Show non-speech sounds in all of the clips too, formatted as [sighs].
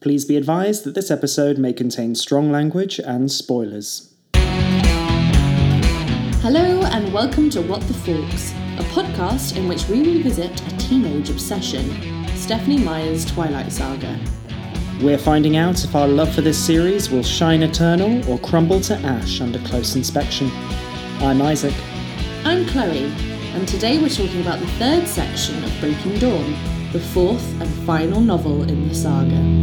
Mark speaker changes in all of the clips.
Speaker 1: Please be advised that this episode may contain strong language and spoilers.
Speaker 2: Hello, and welcome to What the Forks, a podcast in which we revisit a teenage obsession Stephanie Meyer's Twilight Saga.
Speaker 1: We're finding out if our love for this series will shine eternal or crumble to ash under close inspection. I'm Isaac.
Speaker 2: I'm Chloe, and today we're talking about the third section of Breaking Dawn, the fourth and final novel in the saga.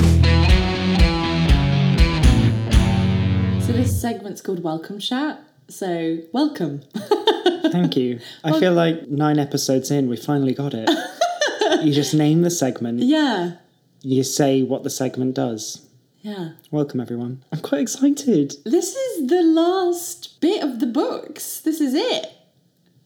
Speaker 2: So, this segment's called Welcome Chat, so welcome.
Speaker 1: Thank you. I feel like nine episodes in, we finally got it. you just name the segment,
Speaker 2: yeah,
Speaker 1: you say what the segment does.
Speaker 2: yeah.
Speaker 1: Welcome, everyone. I'm quite excited.
Speaker 2: This is the last bit of the books. This is it.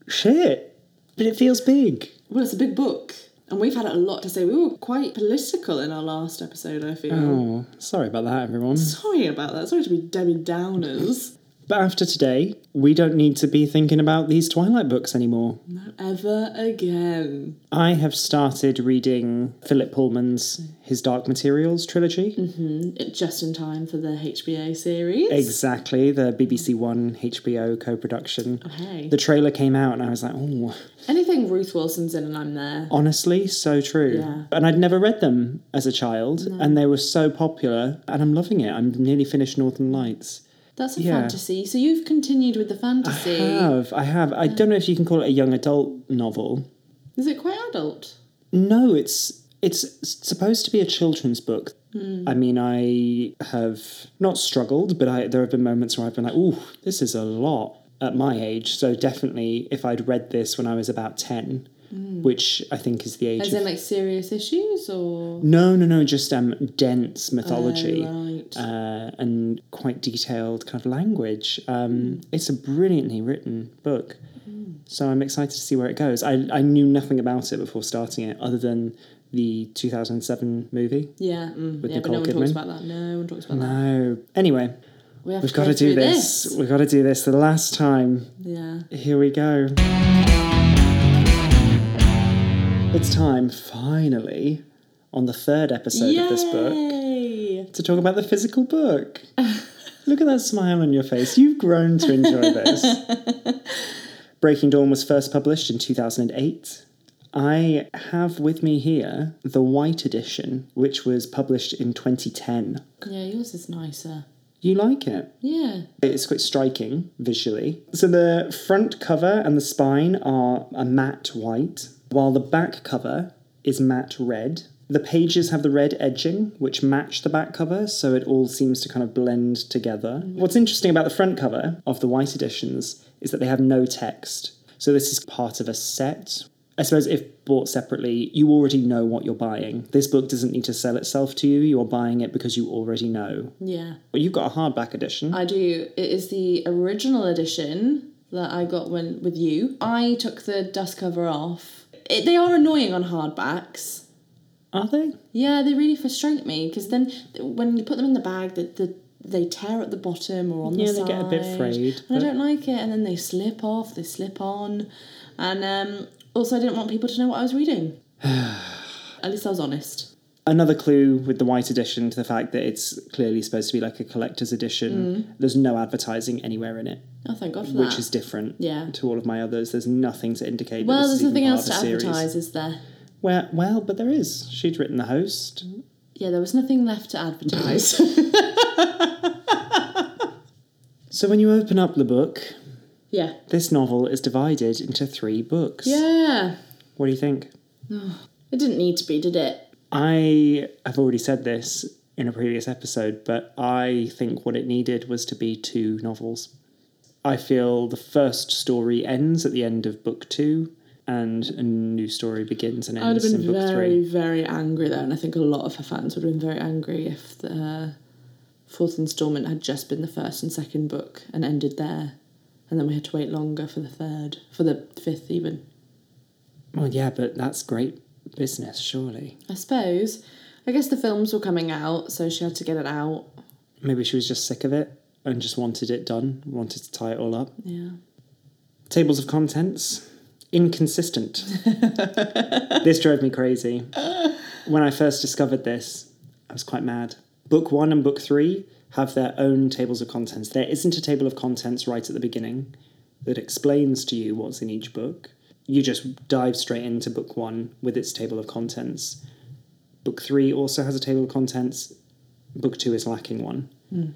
Speaker 1: Shit. But it feels big.
Speaker 2: Well, it's a big book, and we've had a lot to say. We were quite political in our last episode, I feel.
Speaker 1: Oh, sorry about that, everyone.
Speaker 2: Sorry about that. Sorry to be Debbie Downers.
Speaker 1: But after today, we don't need to be thinking about these Twilight books anymore.
Speaker 2: Not ever again.
Speaker 1: I have started reading Philip Pullman's His Dark Materials trilogy.
Speaker 2: It- Just in time for the HBO series.
Speaker 1: Exactly, the BBC One HBO co production.
Speaker 2: Oh, hey.
Speaker 1: The trailer came out and I was like, oh,
Speaker 2: Anything Ruth Wilson's in, and I'm there.
Speaker 1: honestly, so true.
Speaker 2: Yeah.
Speaker 1: And I'd never read them as a child, and they were so popular, and I'm loving it. I'm nearly finished Northern Lights.
Speaker 2: That's a
Speaker 1: Yeah.
Speaker 2: fantasy. So you've continued with the fantasy.
Speaker 1: I have, I have. I don't know if you can call it a young adult novel.
Speaker 2: Is it quite adult?
Speaker 1: No, it's it's supposed to be a children's book.
Speaker 2: Hmm.
Speaker 1: I mean, I have not struggled, but I there have been moments where I've been like, "Ooh, this is a lot." At my age, so definitely, if I'd read this when I was about ten, which I think is the age
Speaker 2: Hmm. As
Speaker 1: of
Speaker 2: in like serious issues or?
Speaker 1: no, no, no, just um dense
Speaker 2: Oh,
Speaker 1: mythology
Speaker 2: right.
Speaker 1: uh, and quite detailed kind of language. Um, It's a brilliantly written book, so I'm excited to see where it goes. I I knew nothing about it before starting it, other than the 2007 movie.
Speaker 2: Yeah. mm, yeah, but
Speaker 1: Nicole
Speaker 2: no one talks
Speaker 1: Kidman.
Speaker 2: about that. No one talks about that.
Speaker 1: No. Anyway,
Speaker 2: We have
Speaker 1: we've
Speaker 2: to
Speaker 1: got
Speaker 2: go
Speaker 1: to do
Speaker 2: through
Speaker 1: this. We've got to do this. The last time.
Speaker 2: Yeah.
Speaker 1: Here we go. It's time, finally, on the third episode of this book.
Speaker 2: Yay!
Speaker 1: to talk about the physical book. Look at that smile on your face. You've grown to enjoy this. Breaking Dawn was first published in 2008. I have with me here the white edition, which was published in 2010.
Speaker 2: Yeah, yours is nicer.
Speaker 1: You like it?
Speaker 2: Yeah.
Speaker 1: It's quite striking visually. So the front cover and the spine are a matte white, while the back cover is matte red. The pages have the red edging, which match the back cover, so it all seems to kind of blend together. What's interesting about the front cover of the white editions is that they have no text. So this is part of a set. I suppose if bought separately, you already know what you're buying. This book doesn't need to sell itself to you, you're buying it because you already know.
Speaker 2: Yeah.
Speaker 1: But you've got a hardback edition.
Speaker 2: I do. It is the original edition that I got when with you. I took the dust cover off. It, they are annoying on hardbacks.
Speaker 1: Are they?
Speaker 2: Yeah, they really frustrate me because then th- when you put them in the bag, the, the they tear at the bottom or on
Speaker 1: Yeah,
Speaker 2: the
Speaker 1: they
Speaker 2: side.
Speaker 1: get a bit frayed,
Speaker 2: And
Speaker 1: but-
Speaker 2: I don't like it. And then they slip off, they slip on, and um, also I didn't want people to know what I was
Speaker 1: [sighs]
Speaker 2: reading. At least I was honest.
Speaker 1: Another clue with the white edition to the fact that it's clearly supposed to be like a collector's edition.
Speaker 2: Mm.
Speaker 1: There's no advertising anywhere in it,
Speaker 2: Oh, thank God for
Speaker 1: which
Speaker 2: that.
Speaker 1: is different
Speaker 2: Yeah.
Speaker 1: to all of my others. There's nothing to indicate.
Speaker 2: well,
Speaker 1: that this
Speaker 2: there's
Speaker 1: is
Speaker 2: nothing
Speaker 1: even
Speaker 2: else to
Speaker 1: part of a series.
Speaker 2: advertise, is there?
Speaker 1: Well, well, but there is. She'd written the host.
Speaker 2: Yeah, there was nothing left to advertise.
Speaker 1: [laughs] So when you open up the book,
Speaker 2: yeah.
Speaker 1: this novel is divided into three books.
Speaker 2: Yeah.
Speaker 1: What do you think?
Speaker 2: It didn't need to be, did it?
Speaker 1: I have already said this in a previous episode, but I think what it needed was to be two novels. I feel the first story ends at the end of book two, and a new story begins and
Speaker 2: I would
Speaker 1: ends
Speaker 2: have
Speaker 1: in
Speaker 2: been
Speaker 1: book
Speaker 2: very,
Speaker 1: three.
Speaker 2: very angry there, and I think a lot of her fans would have been very angry if the uh, fourth instalment had just been the first and second book and ended there, and then we had to wait longer for the third, for the fifth even.
Speaker 1: Well, yeah, but that's great business, surely.
Speaker 2: I suppose. I guess the films were coming out, so she had to get it out.
Speaker 1: Maybe she was just sick of it and just wanted it done, wanted to tie it all up.
Speaker 2: Yeah.
Speaker 1: Tables of contents
Speaker 2: [laughs]
Speaker 1: inconsistent. this drove me crazy. When I first discovered this, I was quite mad. Book one and book three have their own tables of contents. There isn't a table of contents right at the beginning that explains to you what's in each book. You just dive straight into book one with its table of contents. Book three also has a table of contents. Book two is lacking one.
Speaker 2: Hmm.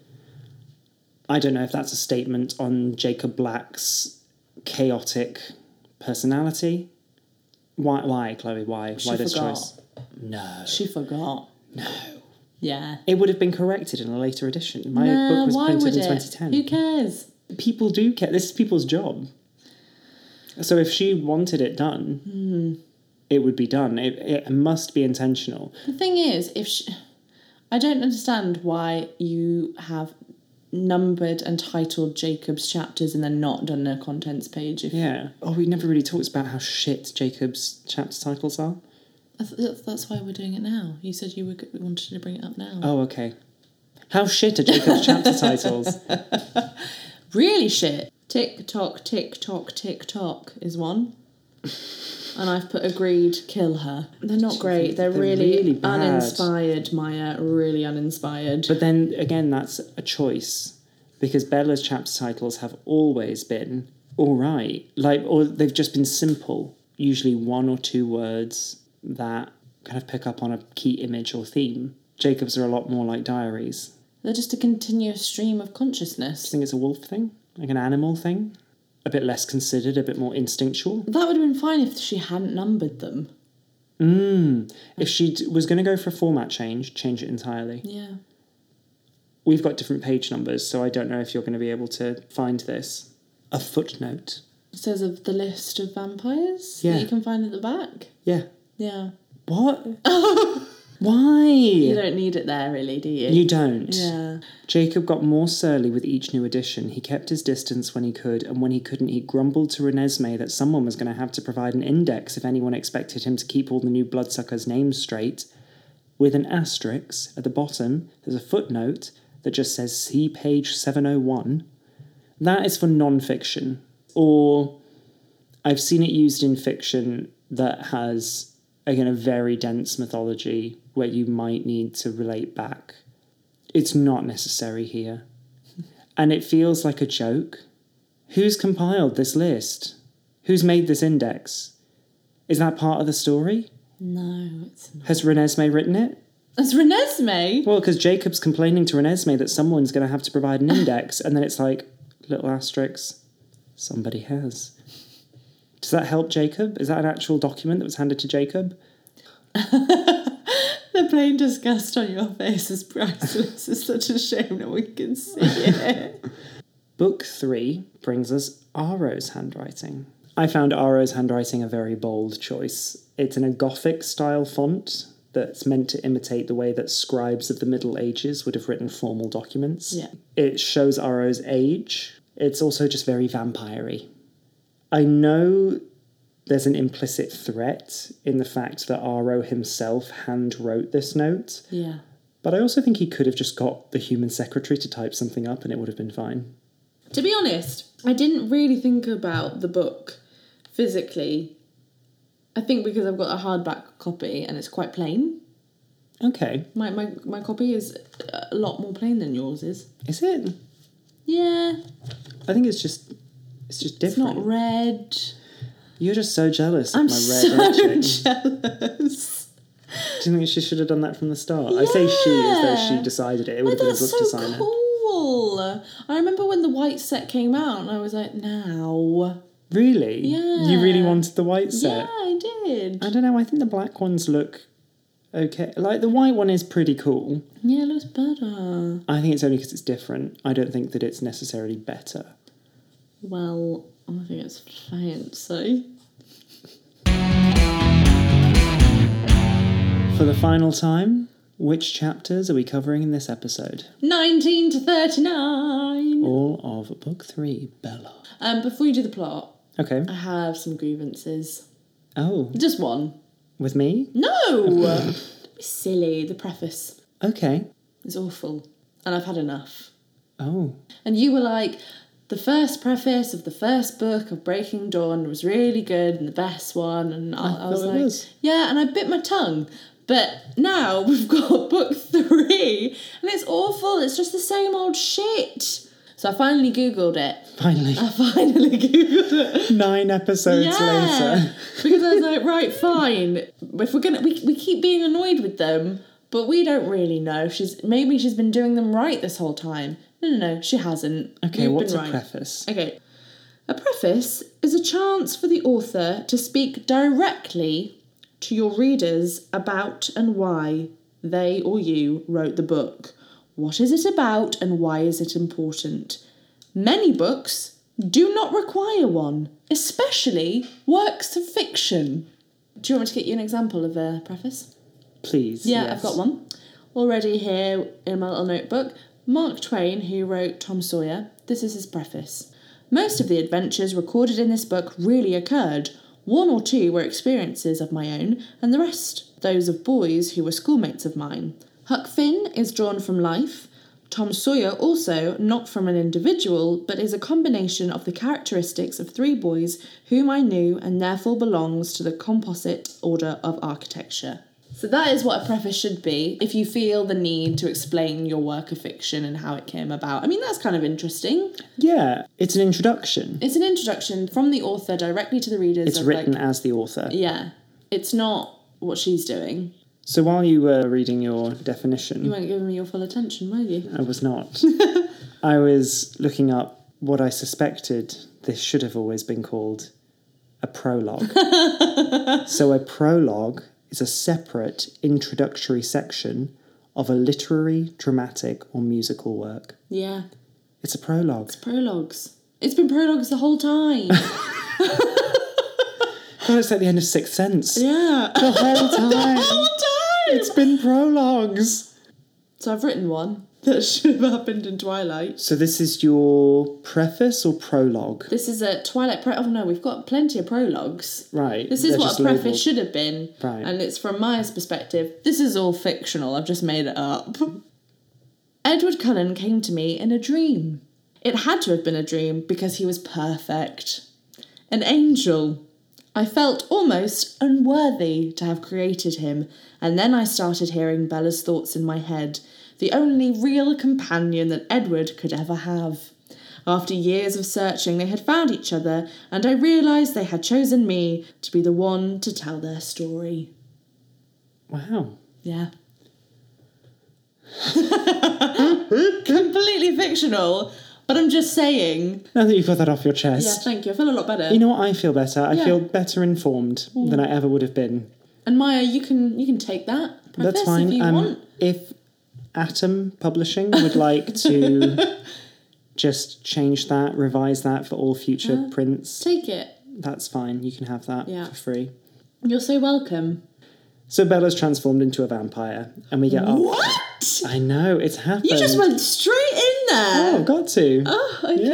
Speaker 1: I don't know if that's a statement on Jacob Black's chaotic personality. Why, why, Chloe? Why?
Speaker 2: She
Speaker 1: why this
Speaker 2: forgot.
Speaker 1: choice? No.
Speaker 2: She forgot. No. Yeah.
Speaker 1: It would have been corrected in a later edition. My
Speaker 2: Nah,
Speaker 1: book was
Speaker 2: why
Speaker 1: printed
Speaker 2: would
Speaker 1: in
Speaker 2: it?
Speaker 1: 2010.
Speaker 2: Who cares?
Speaker 1: People do care. This is people's job. So if she wanted it done,
Speaker 2: Hmm.
Speaker 1: it would be done. It, it must be intentional.
Speaker 2: The thing is, if she, I don't understand why you have numbered and titled Jacob's chapters and then not done a contents page. If
Speaker 1: Yeah. Oh, we never really talked about how shit Jacob's chapter titles are.
Speaker 2: I th- that's- that's why we're doing it now. You said you were g- wanted to bring it up now.
Speaker 1: Oh, okay. How shit are Jacob's
Speaker 2: [laughs]
Speaker 1: chapter titles?
Speaker 2: Really shit. Tick tock, tick tock, tick tock is one. And I've put agreed, kill her. They're not great. They're,
Speaker 1: They're
Speaker 2: really,
Speaker 1: really bad.
Speaker 2: uninspired, Maya. Really uninspired.
Speaker 1: But then again, that's a choice because Bella's chapter titles have always been all right, like, or they've just been simple, usually one or two words that kind of pick up on a key image or theme. Jacob's are a lot more like diaries.
Speaker 2: They're just a continuous stream of
Speaker 1: I
Speaker 2: consciousness.
Speaker 1: think it's a wolf thing, like an animal thing, a bit less considered, a bit more instinctual.
Speaker 2: That would have been fine if she hadn't numbered them.
Speaker 1: Hmm. If she d- was going to go for a format change, change it entirely.
Speaker 2: Yeah.
Speaker 1: We've got different page numbers, so I don't know if you're going to be able to find this. A footnote.
Speaker 2: It says of the list of vampires
Speaker 1: Yeah.
Speaker 2: that you can find at the back.
Speaker 1: Yeah,
Speaker 2: Yeah. [laughs]
Speaker 1: What?
Speaker 2: You
Speaker 1: Why?
Speaker 2: don't need it there, really, do you?
Speaker 1: You don't.
Speaker 2: yeah.
Speaker 1: Jacob got more surly with each new edition. He kept his distance when he could, and when he couldn't, he grumbled to Renesmee that someone was going to have to provide an index if anyone expected him to keep all the new bloodsuckers' names straight. With an asterisk at the bottom, there's a footnote that just says see page 701. That is for non fiction, or I've seen it used in fiction that has, again, a very dense mythology where you might need to relate back. It's not necessary here. And it feels like a joke. Who's compiled this list? Who's made this index? Is that part of the story?
Speaker 2: No, it's not.
Speaker 1: Has Renesmee written it?
Speaker 2: It's Renesmee.
Speaker 1: Well, because Jacob's complaining to Renesmee that someone's going to have to provide an index, and then it's like, little asterisk, somebody has. Does that help Jacob? Is that an actual document that was handed to Jacob?
Speaker 2: The plain disgust on your face is priceless. [laughs] it's such a shame no one can see it.
Speaker 1: Book three brings us Aro's handwriting. I found Aro's handwriting a very bold choice. It's in a Gothic style font that's meant to imitate the way that scribes of the Middle Ages would have written formal documents.
Speaker 2: Yeah.
Speaker 1: It shows Aro's age. It's also just very vampire I know there's an implicit threat in the fact that Aro himself hand wrote this note,
Speaker 2: yeah.
Speaker 1: but I also think he could have just got the human secretary to type something up and it would have been fine.
Speaker 2: To be honest, I didn't really think about the book physically. I think because I've got a hardback copy and it's quite plain.
Speaker 1: Okay.
Speaker 2: My, my, my copy is a lot more plain than yours is.
Speaker 1: Is it?
Speaker 2: Yeah,
Speaker 1: I think it's just it's just
Speaker 2: it's not
Speaker 1: different.
Speaker 2: red.
Speaker 1: You're just so jealous of
Speaker 2: I'm
Speaker 1: my
Speaker 2: so [laughs]
Speaker 1: red edging.
Speaker 2: jealous.
Speaker 1: Do
Speaker 2: [laughs]
Speaker 1: you think she should have done that from the start? I say she as though she
Speaker 2: Yeah.
Speaker 1: decided it. It would
Speaker 2: But
Speaker 1: have been a
Speaker 2: that's
Speaker 1: book
Speaker 2: so
Speaker 1: designer.
Speaker 2: cool. I remember when the white set came out and I was like, now.
Speaker 1: Really? You really
Speaker 2: Yeah.
Speaker 1: wanted the white set?
Speaker 2: Yeah, I did.
Speaker 1: I don't know, I think the black ones look okay. Like the white one is pretty cool.
Speaker 2: yeah, it looks better.
Speaker 1: I think it's only because it's different. I don't think that it's necessarily better.
Speaker 2: Well, I think it's fancy.
Speaker 1: For the final time, which chapters are we covering in this episode?
Speaker 2: 19 to 39.
Speaker 1: All of book three, Bella.
Speaker 2: Um, before you do the plot,
Speaker 1: Okay.
Speaker 2: I have some grievances.
Speaker 1: Oh,
Speaker 2: Just one.
Speaker 1: with me?
Speaker 2: No!
Speaker 1: [laughs]
Speaker 2: Don't be silly. The preface
Speaker 1: Okay.
Speaker 2: is awful. And I've had enough.
Speaker 1: Oh,
Speaker 2: And you were like, the first preface of the first book of Breaking Dawn was really good and the best one. And I, I, was
Speaker 1: thought it
Speaker 2: like,
Speaker 1: was.
Speaker 2: yeah, and I bit my tongue. But now [laughs] we've got book three, and it's awful. It's just the same old shit. So I finally Googled it. [laughs]
Speaker 1: Finally,
Speaker 2: I finally Googled it.
Speaker 1: nine episodes later.
Speaker 2: because I was like, right, fine. If we're gonna, we, we keep being annoyed with them, but we don't really know. She's maybe she's been doing them right this whole time. No, no, no, she hasn't.
Speaker 1: Okay,
Speaker 2: We've
Speaker 1: what's
Speaker 2: been
Speaker 1: a
Speaker 2: right.
Speaker 1: preface?
Speaker 2: Okay. A preface is a chance for the author to speak directly to your readers about and why they or you wrote the book. What is it about and why is it important? Many books do not require one, especially works of fiction. Do you want me to get you an example of a preface?
Speaker 1: Please.
Speaker 2: Yeah,
Speaker 1: yes.
Speaker 2: I've got one already here in my little notebook. Mark Twain, who wrote Tom Sawyer, this is his preface. Most of the adventures recorded in this book really occurred. One or two were experiences of my own, and the rest those of boys who were schoolmates of mine. Huck Finn is drawn from life. Tom Sawyer also not from an individual, but is a combination of the characteristics of three boys whom I knew and therefore belongs to the composite order of architecture. So that is what a preface should be if you feel the need to explain your work of fiction and how it came about. I mean, that's kind of interesting.
Speaker 1: Yeah, it's an introduction.
Speaker 2: It's an introduction from the author directly to the readers.
Speaker 1: It's
Speaker 2: of
Speaker 1: written
Speaker 2: Like,
Speaker 1: as the author.
Speaker 2: yeah. It's not what she's doing.
Speaker 1: So while you were reading your definition,
Speaker 2: You weren't giving me your full attention, were you?
Speaker 1: I was
Speaker 2: [laughs]
Speaker 1: not. I was looking up what I suspected this should have always been called a
Speaker 2: [laughs]
Speaker 1: prologue. so, a prologue is a separate introductory section of a literary, dramatic, or musical work.
Speaker 2: Yeah.
Speaker 1: It's a prologue.
Speaker 2: Prologues. It's been prologues the
Speaker 1: [laughs]
Speaker 2: whole time.
Speaker 1: God, it's like the end of Sixth Sense.
Speaker 2: yeah.
Speaker 1: The whole time.
Speaker 2: whole time.
Speaker 1: it's been prologues.
Speaker 2: So I've written one that [laughs] should have happened in Twilight.
Speaker 1: So, this is your preface or prologue?
Speaker 2: This is a Twilight pro. Oh no, we've got plenty of prologues.
Speaker 1: Right.
Speaker 2: This is
Speaker 1: they're
Speaker 2: what
Speaker 1: just
Speaker 2: a preface
Speaker 1: labelled.
Speaker 2: should have been.
Speaker 1: Right.
Speaker 2: And it's from Meyer's perspective. This is all fictional. I've just made it up. [laughs] Edward Cullen came to me in a dream. It had to have been a dream because he was perfect. An angel. I felt almost unworthy to have created him, and then I started hearing Bella's thoughts in my head, the only real companion that Edward could ever have. After years of searching, they had found each other, and I realised they had chosen me to be the one to tell their story.
Speaker 1: Wow.
Speaker 2: Yeah. [laughs] Completely fictional, but I'm just saying.
Speaker 1: Now that you've got that off your
Speaker 2: Yeah,
Speaker 1: chest.
Speaker 2: thank you. I feel a lot better.
Speaker 1: You know what? I feel better. I
Speaker 2: Yeah. Hmm.
Speaker 1: feel better informed than I ever would have been.
Speaker 2: and Maya, you can you can take that. Preface
Speaker 1: That's fine.
Speaker 2: If you
Speaker 1: um,
Speaker 2: want.
Speaker 1: If Atom Publishing would like
Speaker 2: [laughs]
Speaker 1: to just change that, revise that for all future prints,
Speaker 2: Take it.
Speaker 1: that's fine. You can have that
Speaker 2: Uh-huh. Yeah.
Speaker 1: for free.
Speaker 2: You're so welcome.
Speaker 1: So Bella's transformed into a vampire, and we get up.
Speaker 2: What?
Speaker 1: I know it's happened.
Speaker 2: You just went straight in there.
Speaker 1: Oh, got to.
Speaker 2: Um, Oh, okay.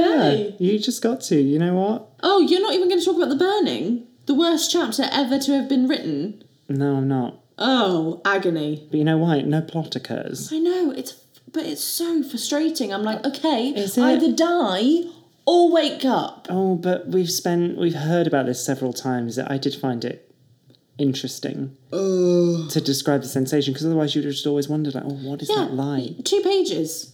Speaker 1: Yeah, you just got to. You know what?
Speaker 2: Oh, you're not even going to talk about the burning. The worst chapter ever to have been written.
Speaker 1: No, I'm not.
Speaker 2: Oh, agony.
Speaker 1: But you know why? No plot occurs.
Speaker 2: I know it's, but it's so frustrating. I'm like, okay,
Speaker 1: Is it?
Speaker 2: either die or wake up.
Speaker 1: Oh, but we've spent, we've heard about this several times. I did find it interesting to describe the sensation because otherwise you'd have just always wondered, like, oh, what is
Speaker 2: Yeah.
Speaker 1: that like?
Speaker 2: Two pages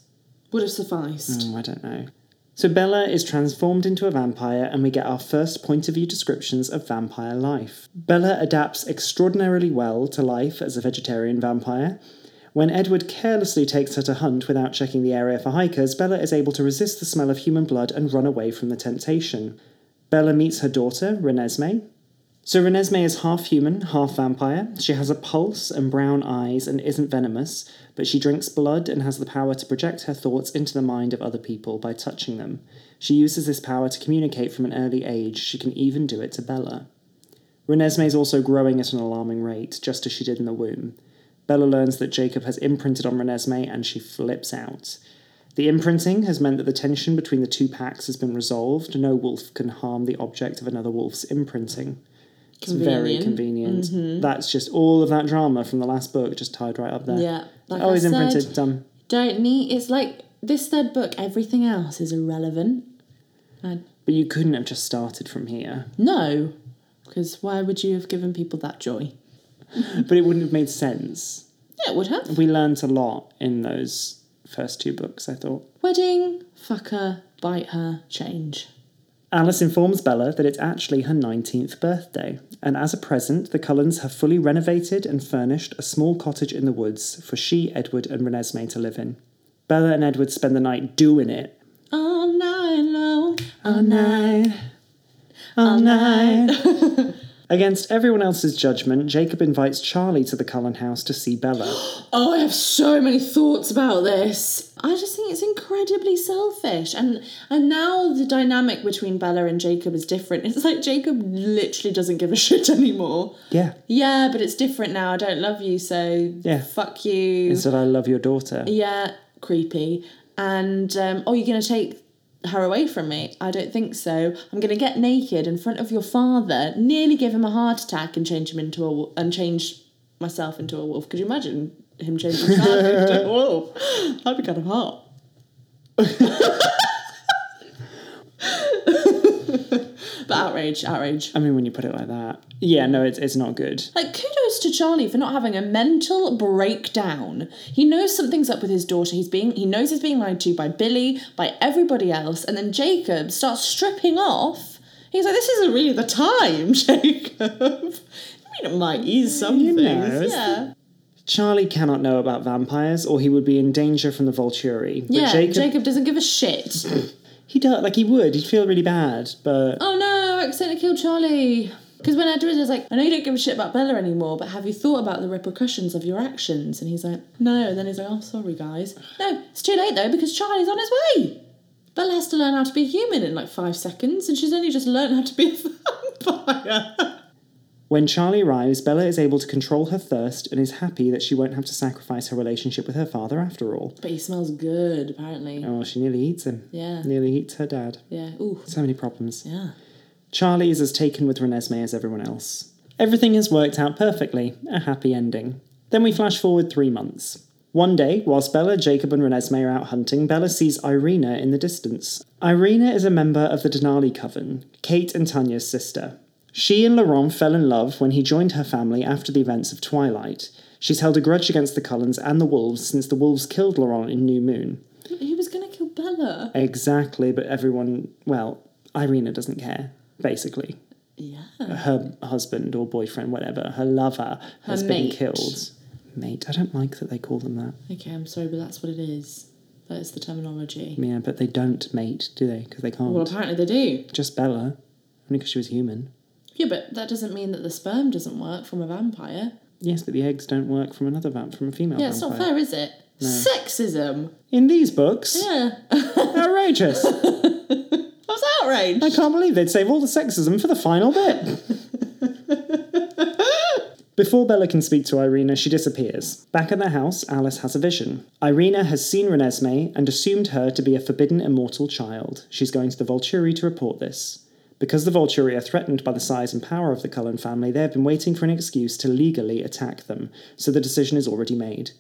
Speaker 2: would have sufficed.
Speaker 1: Oh, I don't know. So Bella is transformed into a vampire, and we get our first point of view descriptions of vampire life. Bella adapts extraordinarily well to life as a vegetarian vampire. When Edward carelessly takes her to hunt without checking the area for hikers, Bella is able to resist the smell of human blood and run away from the temptation. Bella meets her daughter, Renesmee. So Renesmee is half human, half vampire. She has a pulse and brown eyes and isn't venomous, but she drinks blood and has the power to project her thoughts into the mind of other people by touching them. She uses this power to communicate from an early age. She can even do it to Bella. Renesmee is also growing at an alarming rate, just as she did in the womb. Bella learns that Jacob has imprinted on Renesmee and she flips out. The imprinting has meant that the tension between the two packs has been resolved. No wolf can harm the object of another wolf's imprinting. It's very convenient.
Speaker 2: Mm-hmm.
Speaker 1: That's just all of that drama from the last book just tied right up there.
Speaker 2: Yeah, like
Speaker 1: oh,
Speaker 2: I
Speaker 1: he's
Speaker 2: said,
Speaker 1: imprinted. Done.
Speaker 2: Don't need. It's like this third book. Everything else is irrelevant. I,
Speaker 1: But you couldn't have just started from here.
Speaker 2: no, because why would you have given people that joy?
Speaker 1: but it wouldn't have made sense.
Speaker 2: Yeah, it would have.
Speaker 1: We learnt a lot in those first two books, I thought.
Speaker 2: Wedding, fuck her, bite her, change.
Speaker 1: Alice informs Bella that it's actually her 19th birthday, and as a present, the Cullens have fully renovated and furnished a small cottage in the woods for she, Edward, and Renesmee to live in. Bella and Edward spend the night doing it.
Speaker 2: All night long.
Speaker 1: All night.
Speaker 2: Oh,
Speaker 1: All night. Oh, [laughs]
Speaker 2: [laughs]
Speaker 1: Against everyone else's judgment, Jacob invites Charlie to the Cullen house to see
Speaker 2: [gasps]
Speaker 1: Bella.
Speaker 2: Oh, I have so many thoughts about this. I just think it's incredibly selfish, and and now the dynamic between Bella and Jacob is different. It's like Jacob literally doesn't give a [laughs] shit anymore.
Speaker 1: yeah.
Speaker 2: Yeah, but it's different now. I don't love you, so
Speaker 1: Yeah.
Speaker 2: fuck you.
Speaker 1: He said, I love your daughter.
Speaker 2: yeah, creepy. And um, oh, you're gonna take her away from me? I don't think so. I'm gonna get naked in front of your father, nearly give him a heart attack, and change him into a wo- and change myself into a wolf. Could you imagine him changing Charlie into a wolf? That'd be kind of hot. but outrage, outrage.
Speaker 1: I mean, when you put it like that. Yeah, no, it's, it's not good.
Speaker 2: Like, kudos to Charlie for not having a mental breakdown. He knows something's up with his daughter. He's being he knows he's being lied to by Billy, by everybody else, and then Jacob starts stripping off. He's like, this isn't really the time, [laughs] Jacob. I mean, it might ease some
Speaker 1: You know,
Speaker 2: things.
Speaker 1: it's-
Speaker 2: Yeah.
Speaker 1: Charlie cannot know about vampires, or he would be in danger from the Volturi. But
Speaker 2: Yeah,
Speaker 1: Jacob,
Speaker 2: Jacob... doesn't give a shit.
Speaker 1: he does, like he would. He'd feel really bad, but
Speaker 2: oh no, I accidentally killed Charlie. Because when Edward is like, I know you don't give a shit about Bella anymore, but have you thought about the repercussions of your actions? And he's like, no. And then he's like, oh, sorry, guys. No, it's too late though, because Charlie's on his way. Bella has to learn how to be human in like five seconds, and she's only just learned how to be a [laughs] vampire.
Speaker 1: when Charlie arrives, Bella is able to control her thirst and is happy that she won't have to sacrifice her relationship with her father after all.
Speaker 2: but he smells good, apparently.
Speaker 1: Oh, she nearly eats him.
Speaker 2: Yeah.
Speaker 1: Nearly eats her dad.
Speaker 2: Yeah. Ooh.
Speaker 1: So many problems.
Speaker 2: Yeah.
Speaker 1: Charlie is as taken with Renesmee as everyone else. Everything has worked out perfectly, a happy ending. Then we flash forward three months. One day, whilst Bella, Jacob, and Renesmee are out hunting, Bella sees Irina in the distance. Irina is a member of the Denali Coven, Kate and Tanya's sister. She and Laurent fell in love when he joined her family after the events of Twilight. She's held a grudge against the Cullens and the Wolves since the Wolves killed Laurent in New Moon.
Speaker 2: He was gonna kill Bella.
Speaker 1: Exactly, but everyone, well, Irina doesn't care, basically
Speaker 2: Yeah.
Speaker 1: her husband or boyfriend, whatever, her lover has been
Speaker 2: mate.
Speaker 1: killed. Mate, I don't like that they call them that.
Speaker 2: Okay, I'm sorry, but that's what it is. That is the terminology.
Speaker 1: Yeah, but they don't mate, do they? Because they can't.
Speaker 2: Well, apparently they do.
Speaker 1: Just Bella, only because she was human.
Speaker 2: Yeah, but that doesn't mean that the sperm doesn't work from a vampire.
Speaker 1: Yes, but the eggs don't work from another vamp from a female
Speaker 2: Yeah, it's
Speaker 1: vampire.
Speaker 2: not fair, is it? Sexism.
Speaker 1: In these books,
Speaker 2: Yeah. [laughs] I [laughs]
Speaker 1: outrageous! I
Speaker 2: was outraged.
Speaker 1: can't believe they'd save all the sexism for the final bit. Before Bella can speak to Irina, she disappears. Back at the house, Alice has a vision. Irina has seen Renesmee and assumed her to be a forbidden immortal child. She's going to the Volturi to report this. Because the Volturi are threatened by the size and power of the Cullen family, they have been waiting for an excuse to legally attack them, so the decision is already made.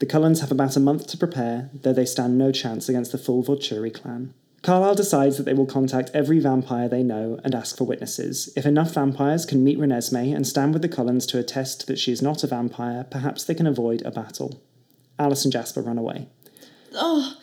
Speaker 1: The Cullens have about a month to prepare, though they stand no chance against the full Volturi clan. Carlyle decides that they will contact every vampire they know and ask for witnesses. If enough vampires can meet Renesmee and stand with the Cullens to attest that she is not a vampire, perhaps they can avoid a battle. Alice and Jasper run away.
Speaker 2: Oh,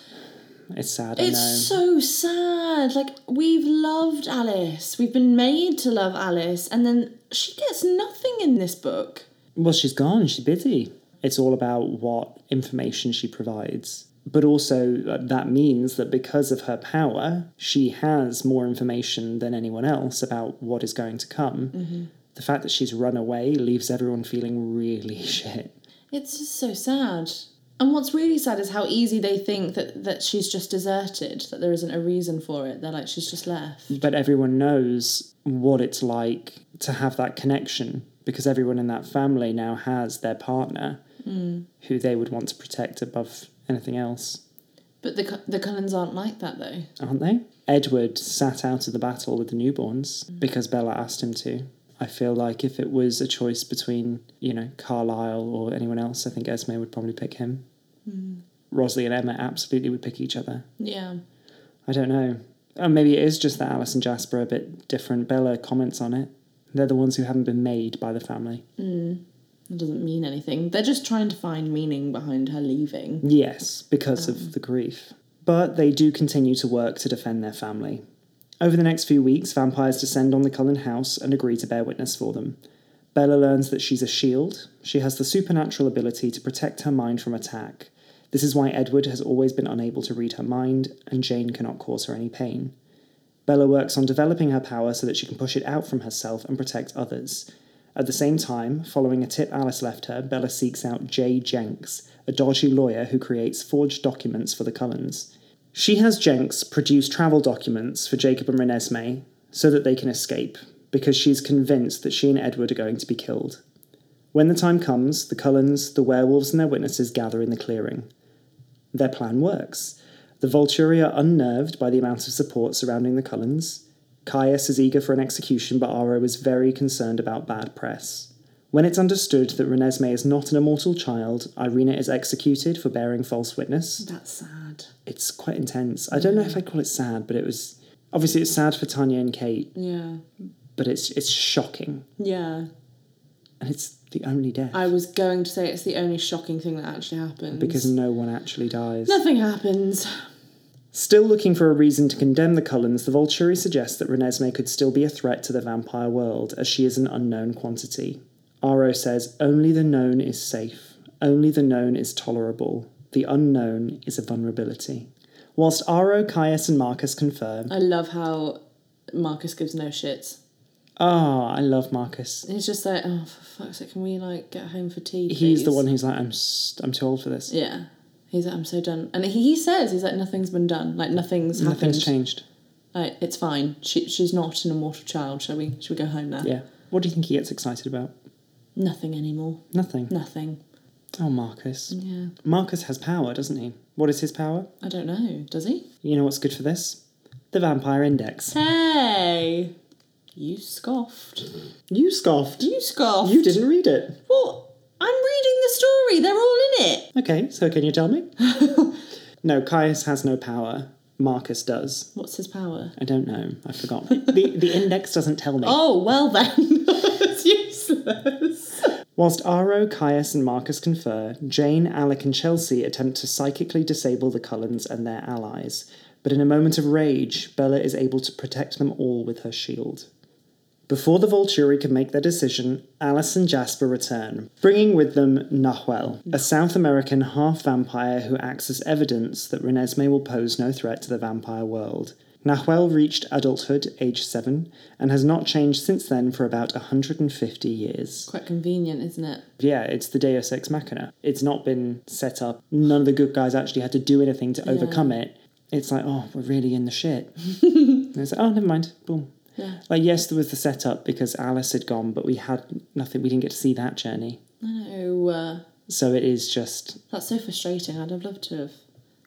Speaker 1: It's sad, I
Speaker 2: it's
Speaker 1: know.
Speaker 2: so sad. Like, we've loved Alice. We've been made to love Alice. And then she gets nothing in this book.
Speaker 1: Well, she's gone. She's busy. It's all about what information she provides. But also, uh, that means that because of her power, she has more information than anyone else about what is going to come. The fact that she's run away leaves everyone feeling really [laughs] shit.
Speaker 2: It's just so sad. And what's really sad is how easy they think that, that she's just deserted, that there isn't a reason for it. They're like, she's just left.
Speaker 1: But everyone knows what it's like to have that connection because everyone in that family now has their partner who they would want to protect above anything else.
Speaker 2: But the, Cu- the Cullens aren't like that, though.
Speaker 1: aren't they? Edward sat out of the battle with the newborns because Bella asked him to. I feel like if it was a choice between, you know, Carlisle or anyone else, I think Esme would probably pick him. Rosalie and Emma absolutely would pick each other.
Speaker 2: Yeah.
Speaker 1: I don't know. Or maybe it is just that Alice and Jasper are a bit different. Bella comments on it. They're the ones who haven't been made by the family.
Speaker 2: That doesn't mean anything. They're just trying to find meaning behind her leaving.
Speaker 1: Yes, because of the grief. But they do continue to work to defend their family. Over the next few weeks, vampires descend on the Cullen house and agree to bear witness for them. Bella learns that she's a shield. She has the supernatural ability to protect her mind from attack. This is why Edward has always been unable to read her mind, and Jane cannot cause her any pain. Bella works on developing her power so that she can push it out from herself and protect others. At the same time, following a tip Alice left her, Bella seeks out Jay Jenks, a dodgy lawyer who creates forged documents for the Cullens. She has Jenks produce travel documents for Jacob and Renesmee so that they can escape, because she is convinced that she and Edward are going to be killed. When the time comes, the Cullens, the werewolves, and their witnesses gather in the clearing. Their plan works. The Volturi are unnerved by the amount of support surrounding the Cullens. Caius is eager for an execution, but Aro is very concerned about bad press. When it's understood that Renesmee is not an immortal child, Irina is executed for bearing false witness.
Speaker 2: That's sad.
Speaker 1: It's quite intense. I don't know if I call it sad, but it was obviously it's sad for Tanya and Kate,
Speaker 2: Yeah.
Speaker 1: but it's it's shocking,
Speaker 2: Yeah.
Speaker 1: and it's the only death
Speaker 2: I was going to say it's the only shocking thing that actually happens.
Speaker 1: because no one actually dies.
Speaker 2: nothing happens.
Speaker 1: Still looking for a reason to condemn the Cullens, the Volturi suggest that Renesmee could still be a threat to the vampire world, as she is an unknown quantity. Aro says, Only the known is safe. Only the known is tolerable. The unknown is a vulnerability. Whilst Aro, Caius, and Marcus confirm,
Speaker 2: I love how Marcus gives no shits.
Speaker 1: Ah, I love Marcus.
Speaker 2: He's just like, oh, for fuck's sake, can we like get home for tea?
Speaker 1: He's the
Speaker 2: please?"
Speaker 1: one who's like, I'm, s- I'm too old for this.
Speaker 2: Yeah. He's like, I'm so done. And he, he says, he's like, nothing's been done. Like, nothing's,
Speaker 1: Nothing's
Speaker 2: happened.
Speaker 1: changed.
Speaker 2: Like, it's fine. She, she's not an immortal child. Shall we? Shall we go home now?
Speaker 1: Yeah. What do you think he gets excited about?
Speaker 2: Nothing anymore.
Speaker 1: Nothing.
Speaker 2: Nothing.
Speaker 1: Oh, Marcus.
Speaker 2: Yeah.
Speaker 1: Marcus has power, doesn't he? What is his power?
Speaker 2: I don't know. Does he?
Speaker 1: You know what's good for this? The Vampire Index.
Speaker 2: Hey! You scoffed.
Speaker 1: You scoffed.
Speaker 2: You scoffed.
Speaker 1: You didn't read it.
Speaker 2: Well, I'm reading the story. They're all in it.
Speaker 1: Okay, so can you tell me? [laughs] no, Caius has no power. Marcus does.
Speaker 2: What's his power?
Speaker 1: I don't know. I forgot. the The index doesn't tell me.
Speaker 2: Oh, well then. [laughs] it's useless.
Speaker 1: Whilst Aro, Caius, and Marcus confer, Jane, Alec, and Chelsea attempt to psychically disable the Cullens and their allies. But in a moment of rage, Bella is able to protect them all with her shield. Before the Volturi can make their decision, Alice and Jasper return, bringing with them Nahuel, a South American half vampire who acts as evidence that Renesmee will pose no threat to the vampire world. Nahuel reached adulthood, age 7, and has not changed since then for about 150 years.
Speaker 2: Quite convenient, isn't it?
Speaker 1: Yeah, it's the Deus Ex Machina. It's not been set up. None of the good guys actually had to do anything to overcome it. It's like, oh, we're really in the
Speaker 2: [laughs]
Speaker 1: shit. and it's like, oh, never mind. Boom.
Speaker 2: Yeah.
Speaker 1: Like, yes, there was the setup because Alice had gone, but we had nothing. We didn't get to see that journey.
Speaker 2: I know. Uh,
Speaker 1: So it is just
Speaker 2: that's so frustrating. I'd have loved to have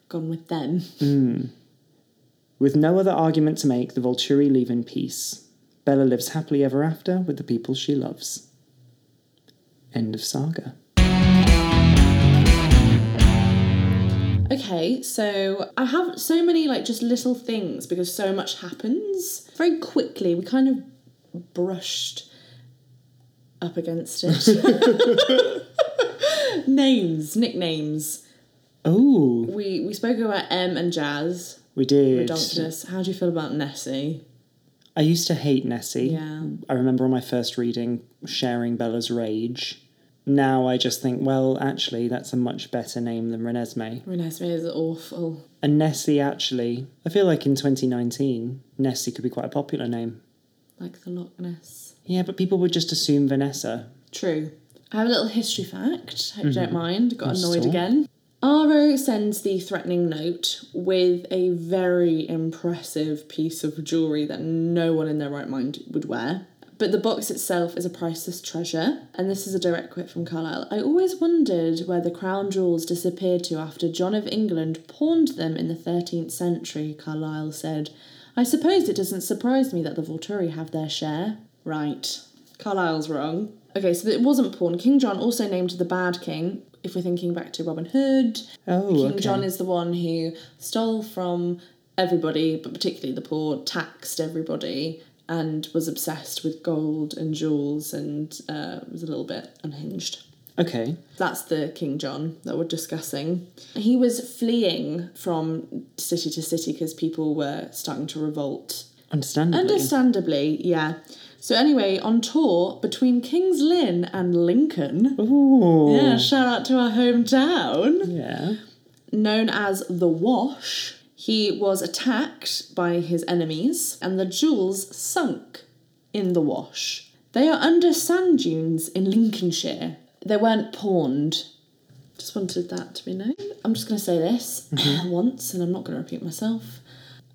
Speaker 2: gone with them.
Speaker 1: With no other argument to make, the Volturi leave in peace. Bella lives happily ever after with the people she loves. End of saga.
Speaker 2: Okay, so I have so many like just little things because so much happens very quickly. We kind of brushed up against it. [laughs] Names, nicknames.
Speaker 1: Oh,
Speaker 2: We we spoke about M and Jazz,
Speaker 1: we did.
Speaker 2: Redonkulus. How do you feel about Nessie?
Speaker 1: I used to hate Nessie.
Speaker 2: Yeah.
Speaker 1: I remember on my first reading sharing Bella's rage. Now I just think, well, actually, that's a much better name than Renesmee.
Speaker 2: Renesmee is awful.
Speaker 1: And Nessie, actually, I feel like in 2019, Nessie could be quite a popular name.
Speaker 2: Like the Loch Ness.
Speaker 1: Yeah, but people would just assume Vanessa.
Speaker 2: True. I have a little history fact. Hope you don't mind. Got annoyed
Speaker 1: sure.
Speaker 2: again. Aro sends the threatening note with a very impressive piece of jewellery that no one in their right mind would wear. But the box itself is a priceless treasure, and this is a direct quote from Carlyle. I always wondered where the crown jewels disappeared to after John of England pawned them in the 13th century, Carlyle said. I suppose it doesn't surprise me that the Volturi have their share. Right. Carlyle's wrong. Okay, so it wasn't pawn. King John also named the bad king, if we're thinking back to Robin Hood.
Speaker 1: Oh,
Speaker 2: King
Speaker 1: okay.
Speaker 2: John is the one who stole from everybody, but particularly the poor, taxed everybody, and was obsessed with gold and jewels and uh, was a little bit unhinged.
Speaker 1: Okay.
Speaker 2: That's the King John that we're discussing. He was fleeing from city to city because people were starting to revolt.
Speaker 1: Understandably.
Speaker 2: Understandably, yeah. So anyway, on tour between King's Lynn and Lincoln.
Speaker 1: Ooh.
Speaker 2: Yeah, shout out to our hometown.
Speaker 1: Yeah.
Speaker 2: Known as the Wash, he was attacked by his enemies and the jewels sunk in the Wash. They are under sand dunes in Lincolnshire. They weren't pawned. Just wanted that to be known. I'm just going to say this [clears throat] once and I'm not going to repeat myself.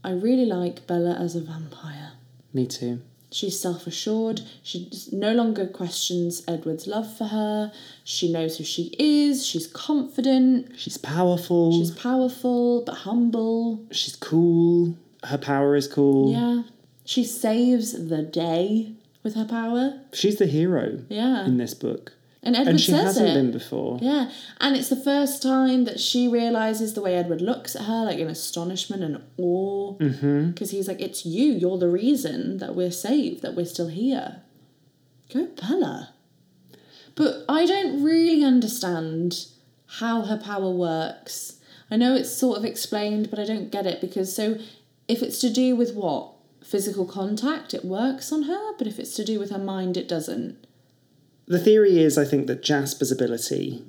Speaker 2: I really like Bella as a vampire.
Speaker 1: Me too.
Speaker 2: She's self assured. She s- no longer questions Edward's love for her. She knows who she is. She's confident.
Speaker 1: She's powerful.
Speaker 2: She's
Speaker 1: She's,
Speaker 2: powerful but humble.
Speaker 1: cool. Her power is cool.
Speaker 2: Yeah. She saves the day with her power.
Speaker 1: She's the hero
Speaker 2: Yeah.
Speaker 1: in this book.
Speaker 2: And Edward
Speaker 1: And she
Speaker 2: says
Speaker 1: hasn't
Speaker 2: it.
Speaker 1: been before.
Speaker 2: Yeah. And it's the first time that she realizes the way Edward looks at her, like in astonishment and awe. Because he's like, it's you. You're the reason that we're saved, that we're still here. Go Bella. But I don't really understand how her power works. I know it's sort of explained, but I don't get it because so if it's to do with what? Physical contact, it works on her, but if it's to do with her mind, it doesn't.
Speaker 1: The theory is, I think, that Jasper's ability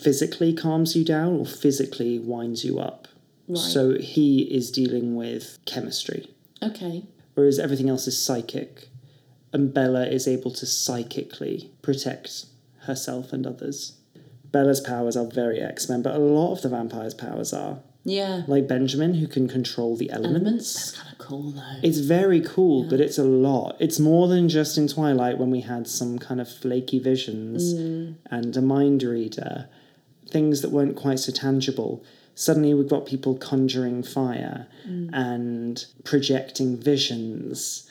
Speaker 1: physically calms you down or physically winds you up.
Speaker 2: Right.
Speaker 1: So he is dealing with chemistry,
Speaker 2: Okay.
Speaker 1: whereas everything else is psychic. And Bella is able to psychically protect herself and others. Bella's powers are very X Men, but a lot of the vampire's powers are.
Speaker 2: Yeah.
Speaker 1: Like Benjamin, who can control the
Speaker 2: Elements.
Speaker 1: elements.
Speaker 2: That's kind of cool though.
Speaker 1: It's very cool, but it's a lot. It's more than just in Twilight when we had some kind of flaky visions and a mind reader, things that weren't quite so tangible. Suddenly, we've got people conjuring fire and projecting visions.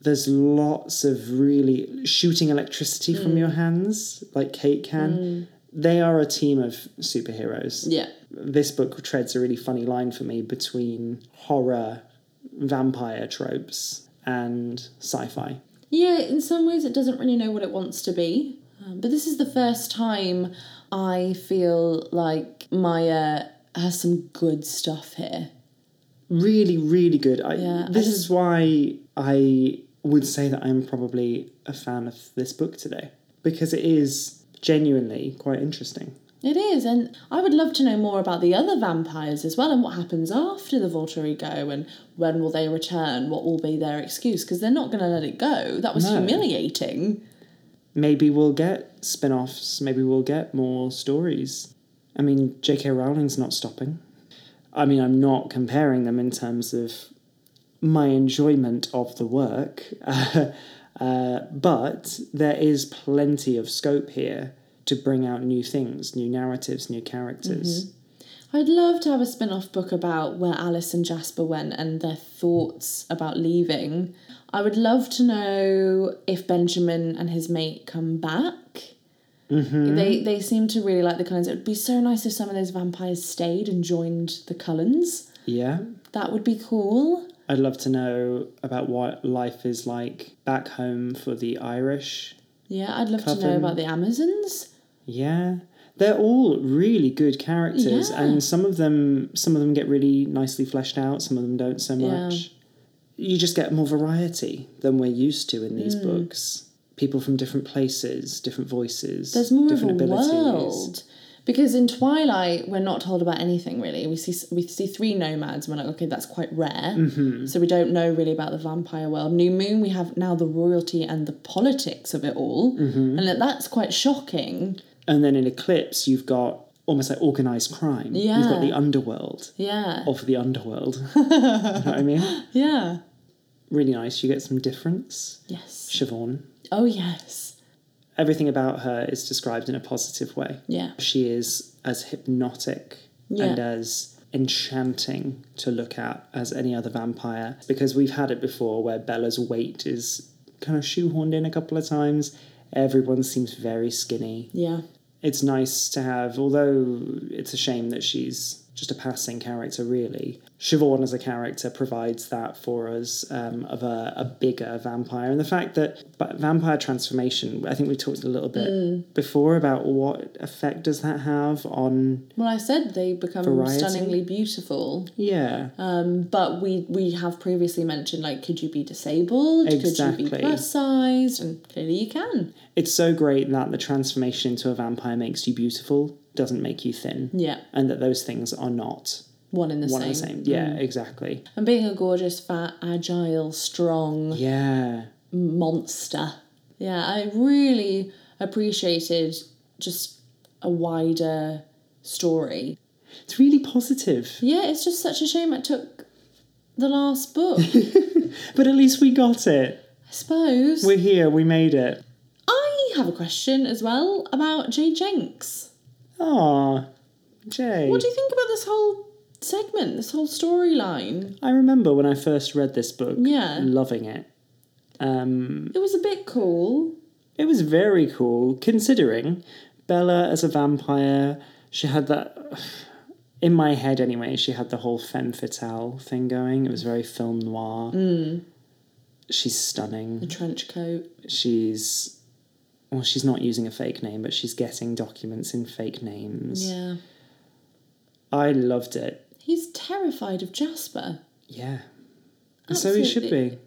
Speaker 1: There's lots of really shooting electricity from your hands, like Kate can. They are a team of superheroes
Speaker 2: yeah.
Speaker 1: this book treads a really funny line for me between horror vampire tropes and sci-fi
Speaker 2: Yeah, in some ways it doesn't really know what it wants to be. Um, but this is the first time I feel like Maya has some good stuff here.
Speaker 1: really really good I,
Speaker 2: Yeah, I
Speaker 1: this
Speaker 2: just-
Speaker 1: is why i would say that i'm probably a fan of this book today because it is genuinely quite interesting
Speaker 2: It is, and I would love to know more about the other vampires as well and what happens after the Volturigo and when will they return, what will be their excuse, because they're not going to let it go. That was
Speaker 1: No.
Speaker 2: humiliating.
Speaker 1: maybe we'll get spin-offs maybe we'll get more stories i mean jk rowling's not stopping i mean i'm not comparing them in terms of my enjoyment of the work [laughs] uh, but there is plenty of scope here to bring out new things new narratives new characters
Speaker 2: I'd love to have a spin off book about where Alice and Jasper went and their thoughts about leaving. I would love to know if Benjamin and his mate come back. They they seem to really like the Cullens. It would be so nice if some of those vampires stayed and joined the Cullens.
Speaker 1: yeah
Speaker 2: That would be cool.
Speaker 1: i'd love to know about what life is like back home for the irish
Speaker 2: Yeah, I'd love to know
Speaker 1: Coven.
Speaker 2: about the Amazons.
Speaker 1: Yeah. They're all really good characters
Speaker 2: Yeah.
Speaker 1: and some of them some of them get really nicely fleshed out, some of them don't so
Speaker 2: Yeah.
Speaker 1: much. You just get more variety than we're used to in
Speaker 2: Mm.
Speaker 1: these books. People from different places, different voices,
Speaker 2: There's more of a
Speaker 1: different
Speaker 2: world because in Twilight we're not told about anything really. We see we see three nomads. And we're like, okay, that's quite rare.
Speaker 1: Mm-hmm.
Speaker 2: So we don't know really about the vampire world. New Moon, we have now the royalty and the politics of it all,
Speaker 1: Mm-hmm.
Speaker 2: and that- that's quite shocking.
Speaker 1: And then in Eclipse you've got almost like organized crime. You've
Speaker 2: Yeah.
Speaker 1: got the underworld
Speaker 2: Yeah,
Speaker 1: of the underworld.
Speaker 2: [laughs]
Speaker 1: you know what I mean?
Speaker 2: yeah,
Speaker 1: Really nice. You get some difference.
Speaker 2: yes.
Speaker 1: Siobhan.
Speaker 2: Oh yes,
Speaker 1: Everything about her is described in a positive way.
Speaker 2: yeah,
Speaker 1: she is as hypnotic
Speaker 2: Yeah.
Speaker 1: and as enchanting to look at as any other vampire because we've had it before where Bella's weight is kind of shoehorned in a couple of times. Everyone seems very skinny.
Speaker 2: yeah,
Speaker 1: It's nice to have, although it's a shame that she's just a passing character, really. Siobhan as a character provides that for us um, of a, a bigger vampire. And the fact that but vampire transformation, I think we talked a little bit before about what effect does that have on.
Speaker 2: Well, I said they become
Speaker 1: Variety.
Speaker 2: stunningly beautiful,
Speaker 1: Yeah.
Speaker 2: but we we have previously mentioned like, could you be disabled? Could you
Speaker 1: Exactly.
Speaker 2: be plus sized? And clearly you can.
Speaker 1: it's so great that the transformation into a vampire makes you beautiful, doesn't make you thin.
Speaker 2: Yeah,
Speaker 1: And that those things are not
Speaker 2: one in the
Speaker 1: one
Speaker 2: same.
Speaker 1: and the same. Yeah, exactly.
Speaker 2: And being a gorgeous, fat, agile, strong
Speaker 1: Yeah.
Speaker 2: monster. Yeah, I really appreciated just a wider story.
Speaker 1: It's really positive.
Speaker 2: Yeah, it's just such a shame it took the
Speaker 1: [laughs]
Speaker 2: last book.
Speaker 1: But at least we got it.
Speaker 2: I suppose.
Speaker 1: We're here, we made it.
Speaker 2: I have a question as well about Jay Jenks.
Speaker 1: Ah, Jay.
Speaker 2: What do you think about this whole segment, this whole storyline?
Speaker 1: I remember when I first read this book,
Speaker 2: Yeah.
Speaker 1: loving it. Um,
Speaker 2: It was a bit cool.
Speaker 1: it was very cool considering Bella as a vampire. She had that [sighs] in my head anyway. She had the whole femme fatale thing going. It was very film noir.
Speaker 2: Mm.
Speaker 1: She's
Speaker 2: The
Speaker 1: stunning.
Speaker 2: trench coat.
Speaker 1: She's well, she's not using a fake name, but she's getting documents in fake names.
Speaker 2: Yeah.
Speaker 1: I loved it.
Speaker 2: He's terrified of Jasper.
Speaker 1: Yeah. And So he should be.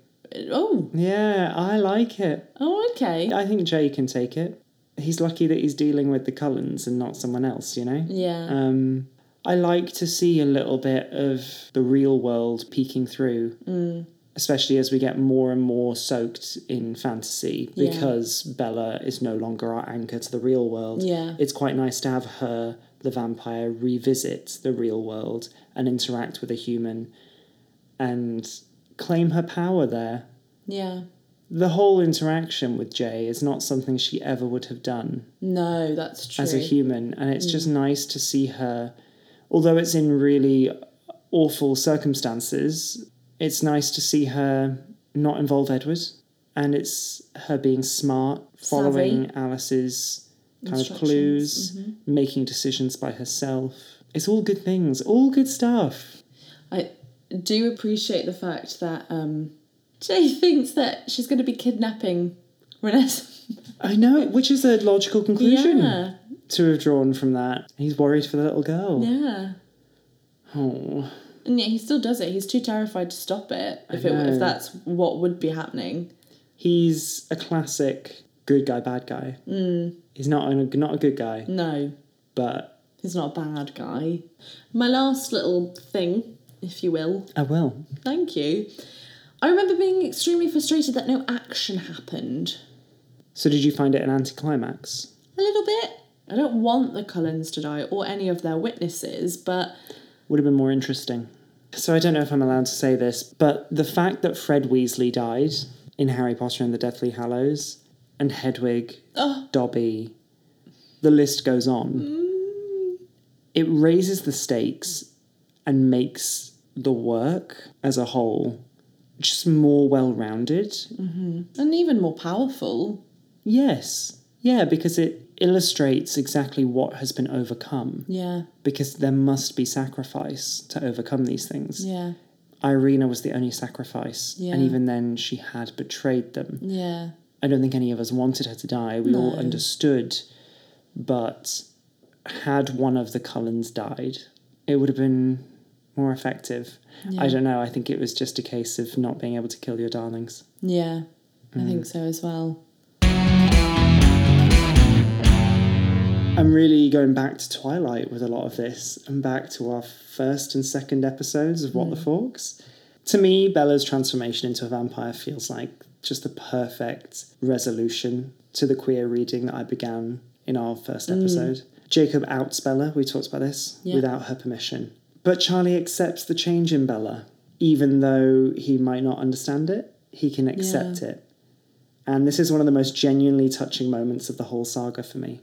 Speaker 2: Oh,
Speaker 1: Yeah, I like it.
Speaker 2: oh, okay.
Speaker 1: I think Jay can take it. He's lucky that he's dealing with the Cullens and not someone else, you know?
Speaker 2: Yeah.
Speaker 1: Um, I like to see a little bit of the real world peeking through,
Speaker 2: Mm.
Speaker 1: especially as we get more and more soaked in fantasy
Speaker 2: Yeah.
Speaker 1: because Bella is no longer our anchor to the real world.
Speaker 2: Yeah.
Speaker 1: It's quite nice to have her, the vampire, revisit the real world and interact with a human and claim her power there.
Speaker 2: Yeah.
Speaker 1: The whole interaction with Jay is not something she ever would have done
Speaker 2: No, that's true. Mm.
Speaker 1: as a human and it's just nice to see her although it's in really awful circumstances it's nice to see her not involve edward and it's her being smart following alice's kind of
Speaker 2: Instructions, Mm-hmm.
Speaker 1: clues making decisions by herself it's all good things all good stuff
Speaker 2: I do appreciate the fact that um, Jay thinks that she's going to be kidnapping Renesmee.
Speaker 1: i know which is a logical conclusion
Speaker 2: Yeah.
Speaker 1: to have drawn from that he's worried for the little girl
Speaker 2: Yeah.
Speaker 1: oh
Speaker 2: And yet he still does it. He's too terrified to stop it. If it
Speaker 1: know.
Speaker 2: if that's what would be happening.
Speaker 1: he's a classic good guy bad guy mm. he's not a, not a good guy
Speaker 2: No,
Speaker 1: but
Speaker 2: he's not a bad guy. My last little thing, if you will.
Speaker 1: i will
Speaker 2: Thank you. I remember being extremely frustrated that no action happened.
Speaker 1: so did you find it an anticlimax
Speaker 2: A little bit. I don't want the Cullens to die or any of their witnesses, but
Speaker 1: would have been more interesting so i don't know if i'm allowed to say this but the fact that fred weasley died in harry potter and the deathly hallows and hedwig
Speaker 2: oh,
Speaker 1: dobby the list goes on it raises the stakes and makes the work as a whole just more well-rounded
Speaker 2: and even more powerful.
Speaker 1: Yes. Yeah, because it illustrates exactly what has been overcome.
Speaker 2: Yeah,
Speaker 1: Because there must be sacrifice to overcome these things.
Speaker 2: yeah,
Speaker 1: Irina was the only sacrifice,
Speaker 2: Yeah.
Speaker 1: and even then, she had betrayed them.
Speaker 2: yeah,
Speaker 1: I don't think any of us wanted her to die. We all
Speaker 2: No.
Speaker 1: understood. But had one of the Cullens died, it would have been more effective. I don't know. I think it was just a case of not being able to kill your darlings.
Speaker 2: yeah.
Speaker 1: Mm.
Speaker 2: I think so as well.
Speaker 1: I'm really going back to Twilight with a lot of this and back to our first and second episodes of What the Forks. To me, Bella's transformation into a vampire feels like just the perfect resolution to the queer reading that I began in our first episode. Jacob outs Bella, we talked about this,
Speaker 2: Yeah.
Speaker 1: without her permission. But Charlie accepts the change in Bella, even though he might not understand it, he can accept it. And this is one of the most genuinely touching moments of the whole saga for me,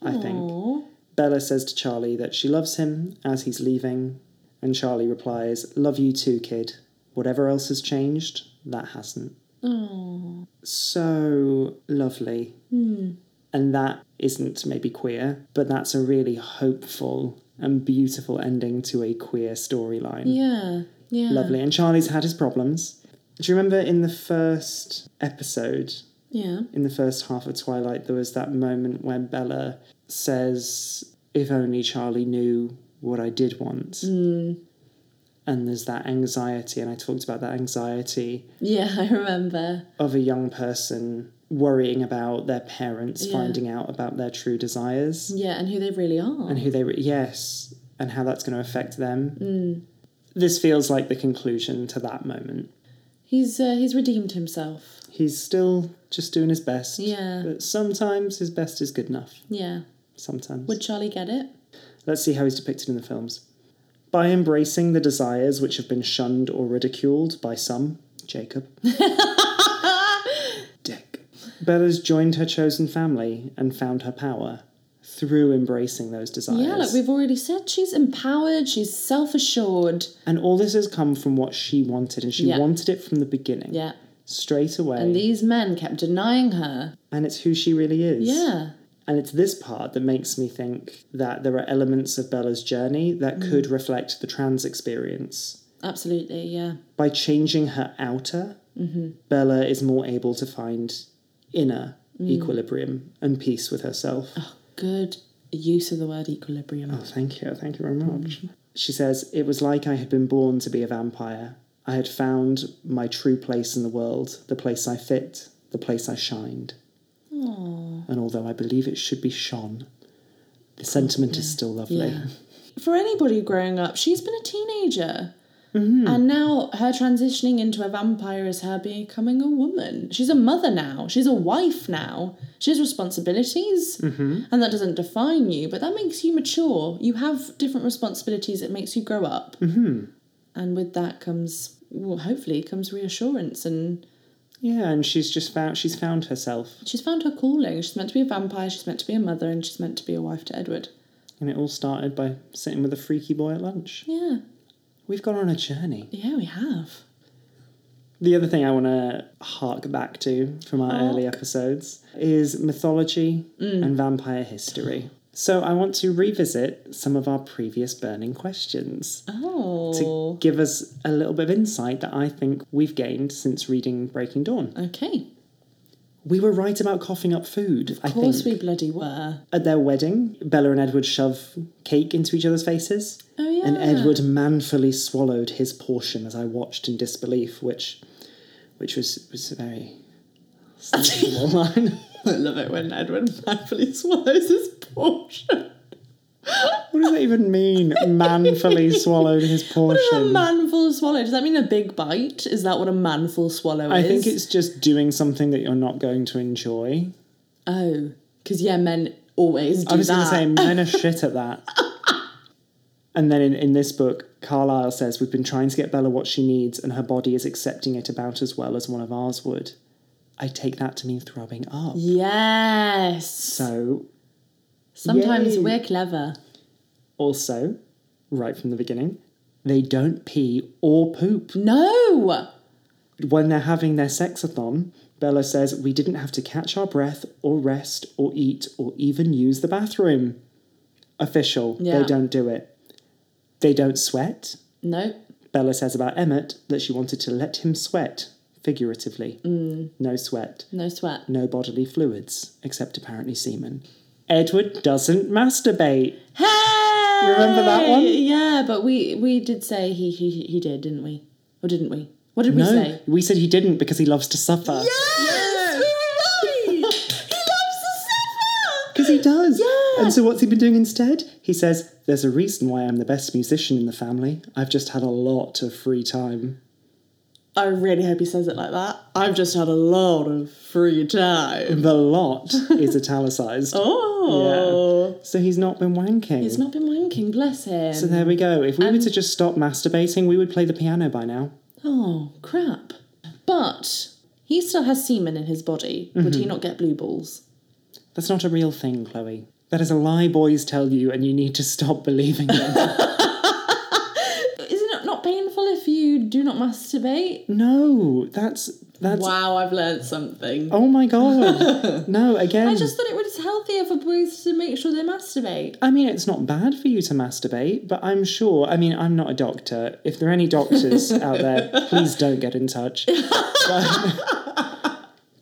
Speaker 1: I think.
Speaker 2: Aw.
Speaker 1: Bella says to Charlie that she loves him as he's leaving, and Charlie replies, Love you too, kid. Whatever else has changed, that hasn't.
Speaker 2: Aw.
Speaker 1: So lovely. And that isn't maybe queer, but that's a really hopeful and beautiful ending to a queer storyline.
Speaker 2: Yeah. Yeah.
Speaker 1: Lovely. And Charlie's had his problems. Do you remember in the first episode,
Speaker 2: Yeah.
Speaker 1: in the first half of Twilight, there was that moment where Bella says, If only Charlie knew what I did want.
Speaker 2: Mm.
Speaker 1: And there's that anxiety, and I talked about that anxiety
Speaker 2: Yeah, [laughs] I remember.
Speaker 1: of a young person worrying about their parents
Speaker 2: Yeah.
Speaker 1: finding out about their true desires
Speaker 2: Yeah, and who they really are.
Speaker 1: and who they were, yes, and how that's going to affect them.
Speaker 2: Mm.
Speaker 1: This feels like the conclusion to that moment.
Speaker 2: He's uh, he's redeemed himself.
Speaker 1: He's still just doing his best.
Speaker 2: Yeah.
Speaker 1: But sometimes his best is good enough.
Speaker 2: Yeah.
Speaker 1: Sometimes.
Speaker 2: Would Charlie get it?
Speaker 1: Let's see how he's depicted in the films. By embracing the desires which have been shunned or ridiculed by some,
Speaker 2: [laughs]
Speaker 1: Jacob. Dick. Bella's joined her chosen family and found her power through embracing those desires.
Speaker 2: Yeah, like we've already said, she's empowered, she's self assured.
Speaker 1: and all this has come from what she wanted, and she
Speaker 2: Yeah.
Speaker 1: wanted it from the beginning.
Speaker 2: Yeah.
Speaker 1: Straight away.
Speaker 2: And
Speaker 1: And,
Speaker 2: these men kept denying her.
Speaker 1: it's who she really is.
Speaker 2: Yeah.
Speaker 1: And it's this part that makes me think that there are elements of Bella's journey that
Speaker 2: Mm.
Speaker 1: could reflect the trans experience.
Speaker 2: Absolutely, yeah.
Speaker 1: by changing her outer,
Speaker 2: Mm-hmm.
Speaker 1: Bella is more able to find inner
Speaker 2: Mm.
Speaker 1: equilibrium and peace with herself. Oh.
Speaker 2: Good use of the word equilibrium.
Speaker 1: thank you. Thank you very much.
Speaker 2: Mm-hmm.
Speaker 1: She says, It was like I had been born to be a vampire. I had found my true place in the world, the place I fit, the place I shined. And although I believe it should be shone, the sentiment is still lovely.
Speaker 2: Oh, Yeah. For anybody growing up, she's been a teenager. And now her transitioning into a vampire is her becoming a woman. She's a mother now. She's a wife now. She has responsibilities. And that doesn't define you, but that makes you mature. You have different responsibilities. It makes you grow up. Mm-hmm. And with that comes, well, hopefully, comes reassurance. And
Speaker 1: [laughs] Yeah, and she's just found she's found herself,
Speaker 2: she's found her calling. She's meant to be a vampire. She's meant to be a mother. And she's meant to be a wife to Edward.
Speaker 1: and it all started by sitting with a freaky boy at lunch.
Speaker 2: Yeah.
Speaker 1: We've gone on a journey.
Speaker 2: Yeah, we have.
Speaker 1: The other thing I want to hark back to from our early episodes is mythology
Speaker 2: Mm.
Speaker 1: and vampire history. So I want to revisit some of our previous burning questions
Speaker 2: Oh.
Speaker 1: to give us a little bit of insight that I think we've gained since reading Breaking Dawn.
Speaker 2: Okay.
Speaker 1: We were right about coughing up food, I
Speaker 2: Of course
Speaker 1: think.
Speaker 2: we bloody were.
Speaker 1: At their wedding, Bella and Edward shove cake into each other's faces.
Speaker 2: Oh yeah.
Speaker 1: And Edward manfully swallowed his portion as I watched in disbelief, which which was was a very
Speaker 2: [laughs]
Speaker 1: sensible line.
Speaker 2: [laughs] I love it when Edward manfully [laughs] swallows his portion.
Speaker 1: What does that even mean? Manfully swallowed his
Speaker 2: [laughs] What is a
Speaker 1: portion.
Speaker 2: manful swallow? Does that mean a big bite? Is that what a manful swallow
Speaker 1: I
Speaker 2: is?
Speaker 1: think it's just doing something that you're not going to enjoy.
Speaker 2: Oh, because yeah, men always do
Speaker 1: I was going to
Speaker 2: that.
Speaker 1: say, men are shit at that.
Speaker 2: [laughs]
Speaker 1: And then in, in this book, Carlyle says, We've been trying to get Bella what she needs, and her body is accepting it about as well as one of ours would. I take that to mean throbbing up.
Speaker 2: yes.
Speaker 1: So
Speaker 2: Sometimes
Speaker 1: Yay.
Speaker 2: we're clever.
Speaker 1: Also, right from the beginning, they don't pee or poop.
Speaker 2: No.
Speaker 1: When they're having their sexathon, Bella says, We didn't have to catch our breath or rest or eat or even use the bathroom. Official,
Speaker 2: Yeah.
Speaker 1: they don't do it. They don't sweat.
Speaker 2: Nope.
Speaker 1: Bella says about Emmett that she wanted to let him sweat, figuratively.
Speaker 2: Mm.
Speaker 1: No sweat,
Speaker 2: No sweat.
Speaker 1: no bodily fluids, except apparently semen. Edward doesn't masturbate.
Speaker 2: Hey.
Speaker 1: Remember that one?
Speaker 2: Yeah, but we we did say he he he did, didn't we? Or didn't we? What did we
Speaker 1: no,
Speaker 2: say?
Speaker 1: we said he didn't because he loves to suffer.
Speaker 2: Yes, we were right. he loves to suffer.
Speaker 1: Because he does.
Speaker 2: Yeah.
Speaker 1: And so what's he been doing instead? He says, There's a reason why I'm the best musician in the family. I've just had a lot of free time.
Speaker 2: I really hope he says it like that. I've just had a lot of free time.
Speaker 1: The
Speaker 2: [laughs]
Speaker 1: lot is italicized.
Speaker 2: Oh,
Speaker 1: So he's not been wanking.
Speaker 2: he's not been wanking. Bless him.
Speaker 1: so there we go. If we were to just stop masturbating, we would play the piano by now.
Speaker 2: oh crap! But he still has semen in his body. Would he not get blue balls?
Speaker 1: That's not a real thing, Chloe. That is a lie boys tell you, and you need to stop believing
Speaker 2: [laughs]
Speaker 1: them.
Speaker 2: Isn't it not painful if you do not masturbate?
Speaker 1: no, that's That's
Speaker 2: wow, I've learned something.
Speaker 1: oh my
Speaker 2: [laughs]
Speaker 1: god. no, again.
Speaker 2: I just thought it was healthier for boys to make sure they masturbate.
Speaker 1: I mean, it's not bad for you to masturbate, but I'm sure. I mean, I'm not a doctor. If there are any doctors out there, please don't get in touch. But-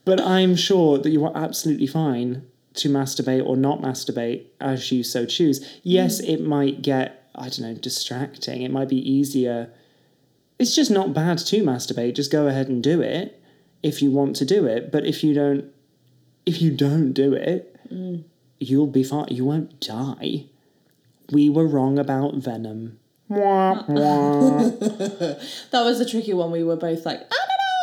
Speaker 1: but I'm sure that you are absolutely fine to masturbate or not masturbate as you so choose. Yes, it might get, I don't know, distracting. It might be easier. It's just not bad to masturbate. Just go ahead and do it if you want to do it. But if you don't, if you don't do it, you'll be fine. You won't die. We were wrong about Venom. Mwah, mwah.
Speaker 2: That was a tricky one. We were both like, I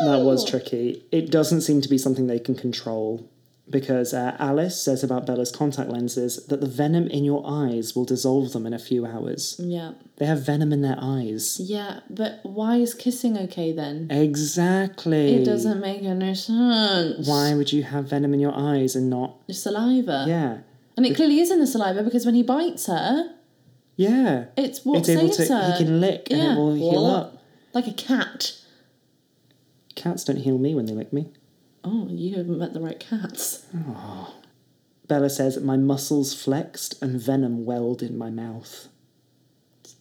Speaker 2: don't know.
Speaker 1: that was tricky. It doesn't seem to be something they can control because uh, Alice says about Bella's contact lenses that the venom in your eyes will dissolve them in a few hours.
Speaker 2: Yeah,
Speaker 1: They have venom in their eyes.
Speaker 2: yeah, but why is kissing okay then?
Speaker 1: Exactly.
Speaker 2: It doesn't make any sense.
Speaker 1: Why would you have venom in your eyes and not?
Speaker 2: It's saliva.
Speaker 1: Yeah.
Speaker 2: And it clearly is in the saliva because when he bites her,
Speaker 1: Yeah.
Speaker 2: it's what
Speaker 1: it's able
Speaker 2: saves
Speaker 1: to.
Speaker 2: her.
Speaker 1: He can lick and it will heal up.
Speaker 2: Like a cat.
Speaker 1: Cats don't heal me when they lick me.
Speaker 2: Oh, you haven't met the right cats.
Speaker 1: Bella says, My muscles flexed and venom welled in my mouth.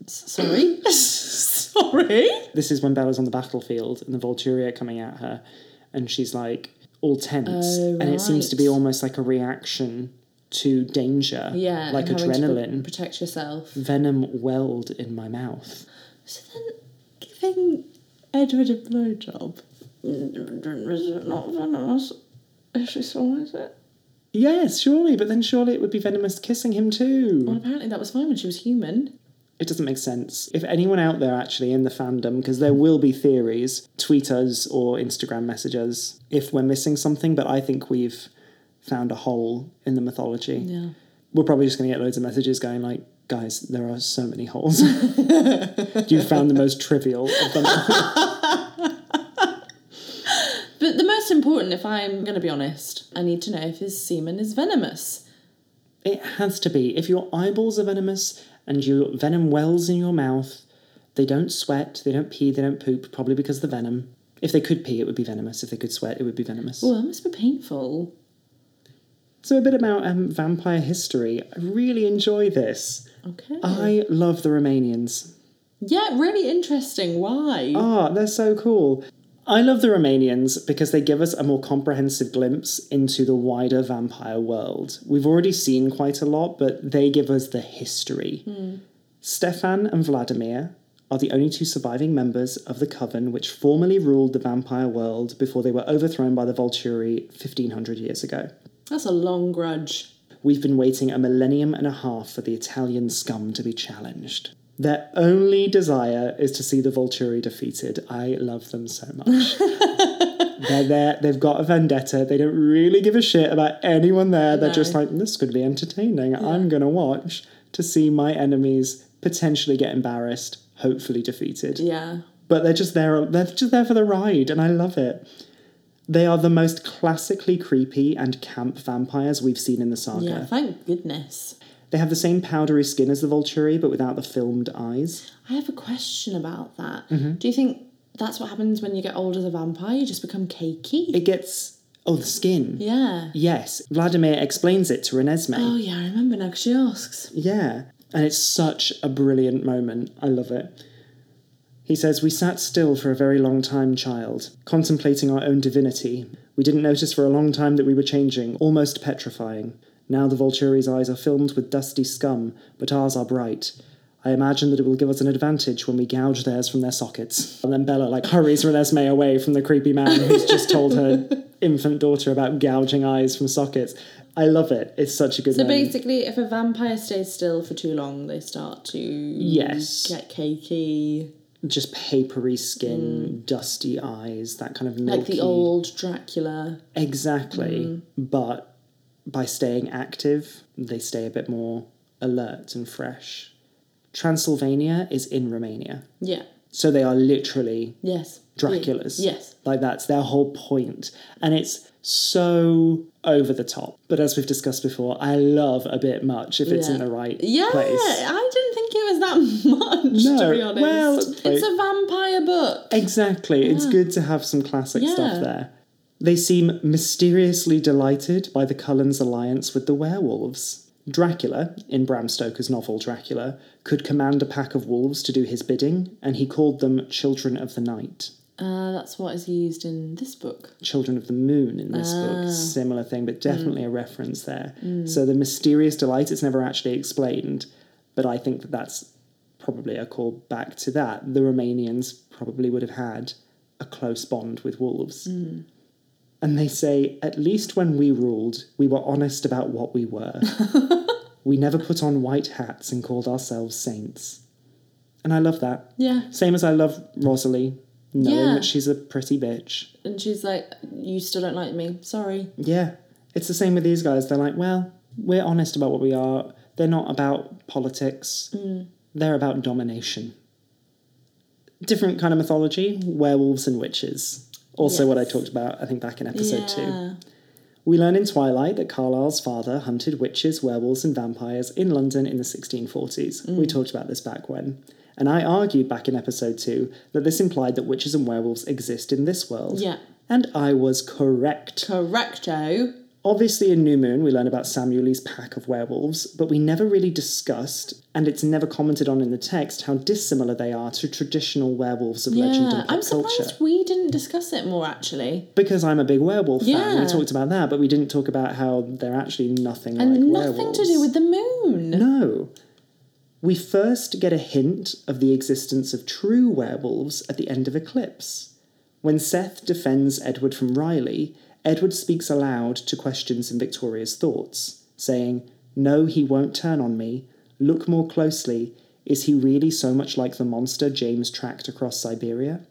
Speaker 2: S- Sorry. [laughs] Sorry.
Speaker 1: This is when Bella's on the battlefield and the Volturi are coming at her, and she's like all tense.
Speaker 2: Oh,
Speaker 1: And it seems to be
Speaker 2: right.
Speaker 1: almost like a reaction to danger.
Speaker 2: Yeah.
Speaker 1: Like
Speaker 2: and having to pro-
Speaker 1: adrenaline.
Speaker 2: protect yourself.
Speaker 1: venom welled in my mouth.
Speaker 2: So then giving Edward a blowjob. Is it not venomous? If she swallows it.
Speaker 1: Yes, surely, but then surely it would be venomous kissing him too.
Speaker 2: Well, apparently that was fine when she was human.
Speaker 1: It doesn't make sense. If anyone out there actually in the fandom, because there will be theories, tweet us or Instagram message us if we're missing something, but I think we've found a hole in the mythology.
Speaker 2: Yeah.
Speaker 1: We're probably just going to get loads of messages going like, guys, there are so many holes. [laughs] you found the most trivial of them. all." [laughs]
Speaker 2: But the most important, if I'm going to be honest, I need to know if his semen is venomous.
Speaker 1: it has to be. If your eyeballs are venomous and your venom wells in your mouth, they don't sweat, they don't pee, they don't poop, probably because of the venom. If they could pee, it would be venomous. If they could sweat, it would be venomous.
Speaker 2: Oh, that must be painful.
Speaker 1: So, a bit about um, vampire history. I really enjoy this.
Speaker 2: Okay.
Speaker 1: I love the Romanians.
Speaker 2: yeah, really interesting. Why?
Speaker 1: Ah, they're so cool. I love the Romanians because they give us a more comprehensive glimpse into the wider vampire world. We've already seen quite a lot, but they give us the history. Stefan and Vladimir are the only two surviving members of the coven which formerly ruled the vampire world before they were overthrown by the Volturi 1500 years ago.
Speaker 2: That's a long grudge.
Speaker 1: We've been waiting a millennium and a half for the Italian scum to be challenged. Their only desire is to see the Volturi defeated. I love them so
Speaker 2: [laughs]
Speaker 1: much. They're there, they've got a vendetta, they don't really give a shit about anyone there. They're
Speaker 2: No.
Speaker 1: just like, this could be entertaining. I'm gonna watch to see my enemies potentially get embarrassed, hopefully defeated
Speaker 2: Yeah.
Speaker 1: but they're just there they're just there for the ride and i love it they are the most classically creepy and camp vampires we've seen in the saga
Speaker 2: Yeah, thank goodness.
Speaker 1: they have the same powdery skin as the volturi but without the filmed eyes
Speaker 2: I have a question about that.
Speaker 1: Mm-hmm.
Speaker 2: Do you think that's what happens when you get older as a vampire? You just become cakey?
Speaker 1: it gets oh the skin
Speaker 2: yeah.
Speaker 1: yes vladimir explains it to renesmee
Speaker 2: Oh, yeah, I remember now 'cause she asks.
Speaker 1: Yeah. And it's such a brilliant moment. I love it. He says, We sat still for a very long time, child, contemplating our own divinity. We didn't notice for a long time that we were changing, almost petrifying. Now the Volturi's eyes are filmed with dusty scum, but ours are bright. I imagine that it will give us an advantage when we gouge theirs from their sockets. And then Bella, like, hurries Renesmee away from the creepy man who's just told her infant daughter about gouging eyes from sockets. I love it. It's such a good
Speaker 2: So
Speaker 1: moment.
Speaker 2: basically, if a vampire stays still for too long, they start to
Speaker 1: Yes.
Speaker 2: get cakey.
Speaker 1: just papery skin, dusty eyes, that kind of milky.
Speaker 2: Mm. Like the old Mm. Dracula.
Speaker 1: Exactly. But by staying active, they stay a bit more alert and fresh. Transylvania is in Romania.
Speaker 2: Yeah.
Speaker 1: So they are literally
Speaker 2: Yes.
Speaker 1: Draculas.
Speaker 2: Yes.
Speaker 1: Like that's their whole point. And it's so over the top. But as we've discussed before, I love a bit much if it's in
Speaker 2: Yeah.
Speaker 1: the right
Speaker 2: Yeah,
Speaker 1: place.
Speaker 2: I didn't think it was that that [laughs] much,
Speaker 1: No,
Speaker 2: to be honest.
Speaker 1: well,
Speaker 2: it's a vampire book.
Speaker 1: Exactly. It's good to have some classic
Speaker 2: Yeah.
Speaker 1: stuff there. They seem mysteriously delighted by the Cullens' alliance with the werewolves. Dracula, in Bram Stoker's novel Dracula, could command a pack of wolves to do his bidding, and he called them Children of the Night.
Speaker 2: Uh, that's what is used in this book.
Speaker 1: Children of the Moon in this
Speaker 2: Ah. Mm.
Speaker 1: book. Similar thing, but definitely a reference there. So the mysterious delight, it's never actually explained, but I think that that's probably a call back to that. The Romanians probably would have had a close bond with wolves.
Speaker 2: Mm.
Speaker 1: And they say, at least when we ruled, we were honest about what we
Speaker 2: [laughs]
Speaker 1: were. we never put on white hats and called ourselves saints. And I love that.
Speaker 2: Yeah.
Speaker 1: Same as I love Rosalie, knowing
Speaker 2: Yeah.
Speaker 1: that she's a pretty bitch.
Speaker 2: And she's like, You still don't like me. Sorry.
Speaker 1: Yeah. It's the same with these guys. They're like, well, we're honest about what we are. They're not about politics,
Speaker 2: Mm.
Speaker 1: they're about domination. Different kind of mythology werewolves and witches. Also, what I
Speaker 2: Yes.
Speaker 1: talked about, I think, back in episode two.
Speaker 2: yeah.
Speaker 1: We learn in Twilight that Carlyle's father hunted witches, werewolves, and vampires in London in the 1640s.
Speaker 2: Mm.
Speaker 1: We talked about this back when. And I argued back in episode two that this implied that witches and werewolves exist in this world.
Speaker 2: Yeah.
Speaker 1: And I was correct.
Speaker 2: Correcto.
Speaker 1: Obviously, in New Moon, we learn about Samueli's pack of werewolves, but we never really discussed, and it's never commented on in the text, how dissimilar they are to traditional werewolves of legend
Speaker 2: Yeah.
Speaker 1: and pop
Speaker 2: I'm surprised
Speaker 1: culture.
Speaker 2: we didn't discuss it more, actually.
Speaker 1: Because I'm a big werewolf fan,
Speaker 2: Yeah.
Speaker 1: we talked about that, but we didn't talk about how they're actually nothing
Speaker 2: And
Speaker 1: like
Speaker 2: nothing
Speaker 1: werewolves.
Speaker 2: to do with the moon.
Speaker 1: No. We first get a hint of the existence of true werewolves at the end of Eclipse. When Seth defends Edward from Riley, Edward speaks aloud to questions in Victoria's thoughts, saying, No, he won't turn on me. Look more closely. Is he really so much like the monster James tracked across Siberia?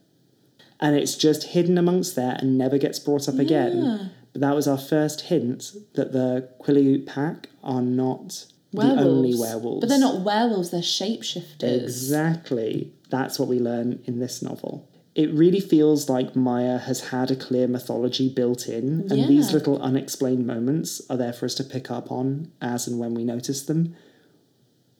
Speaker 1: And it's just hidden amongst there and never gets brought up
Speaker 2: Yeah.
Speaker 1: again. But that was our first hint that the Quileute pack are not
Speaker 2: Werewolves.
Speaker 1: the only werewolves.
Speaker 2: But they're not werewolves, they're shapeshifters.
Speaker 1: Exactly. That's what we learn in this novel. It really feels like Maya has had a clear mythology built in, and
Speaker 2: Yeah.
Speaker 1: these little unexplained moments are there for us to pick up on as and when we notice them,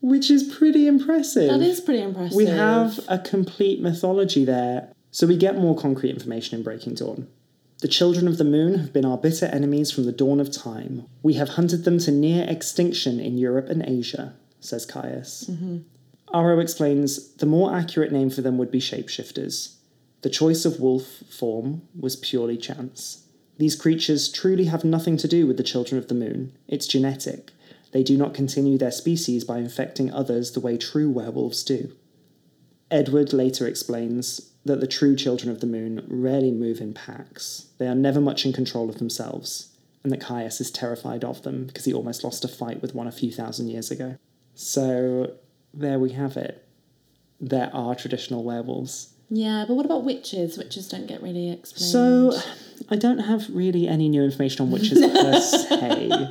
Speaker 1: which is pretty impressive.
Speaker 2: That is pretty impressive.
Speaker 1: We have a complete mythology there. So we get more concrete information in Breaking Dawn. The children of the moon have been our bitter enemies from the dawn of time. We have hunted them to near extinction in Europe and Asia, says Caius. Aro explains the more accurate name for them would be shapeshifters. The choice of wolf form was purely chance. These creatures truly have nothing to do with the children of the moon. It's genetic. They do not continue their species by infecting others the way true werewolves do. Edward later explains that the true children of the moon rarely move in packs. They are never much in control of themselves, and that Caius is terrified of them because he almost lost a fight with one a few thousand years ago. So there we have it. There are traditional werewolves.
Speaker 2: Yeah, but what about witches? Witches don't get really explained.
Speaker 1: So I don't have really any new information on witches per se.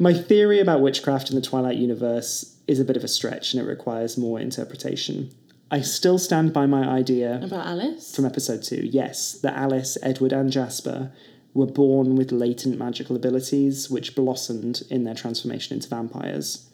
Speaker 1: My theory about witchcraft in the Twilight universe is a bit of a stretch and it requires more interpretation. I still stand by my idea
Speaker 2: about Alice?
Speaker 1: from episode two, yes, that Alice, Edward, and Jasper were born with latent magical abilities which blossomed in their transformation into vampires.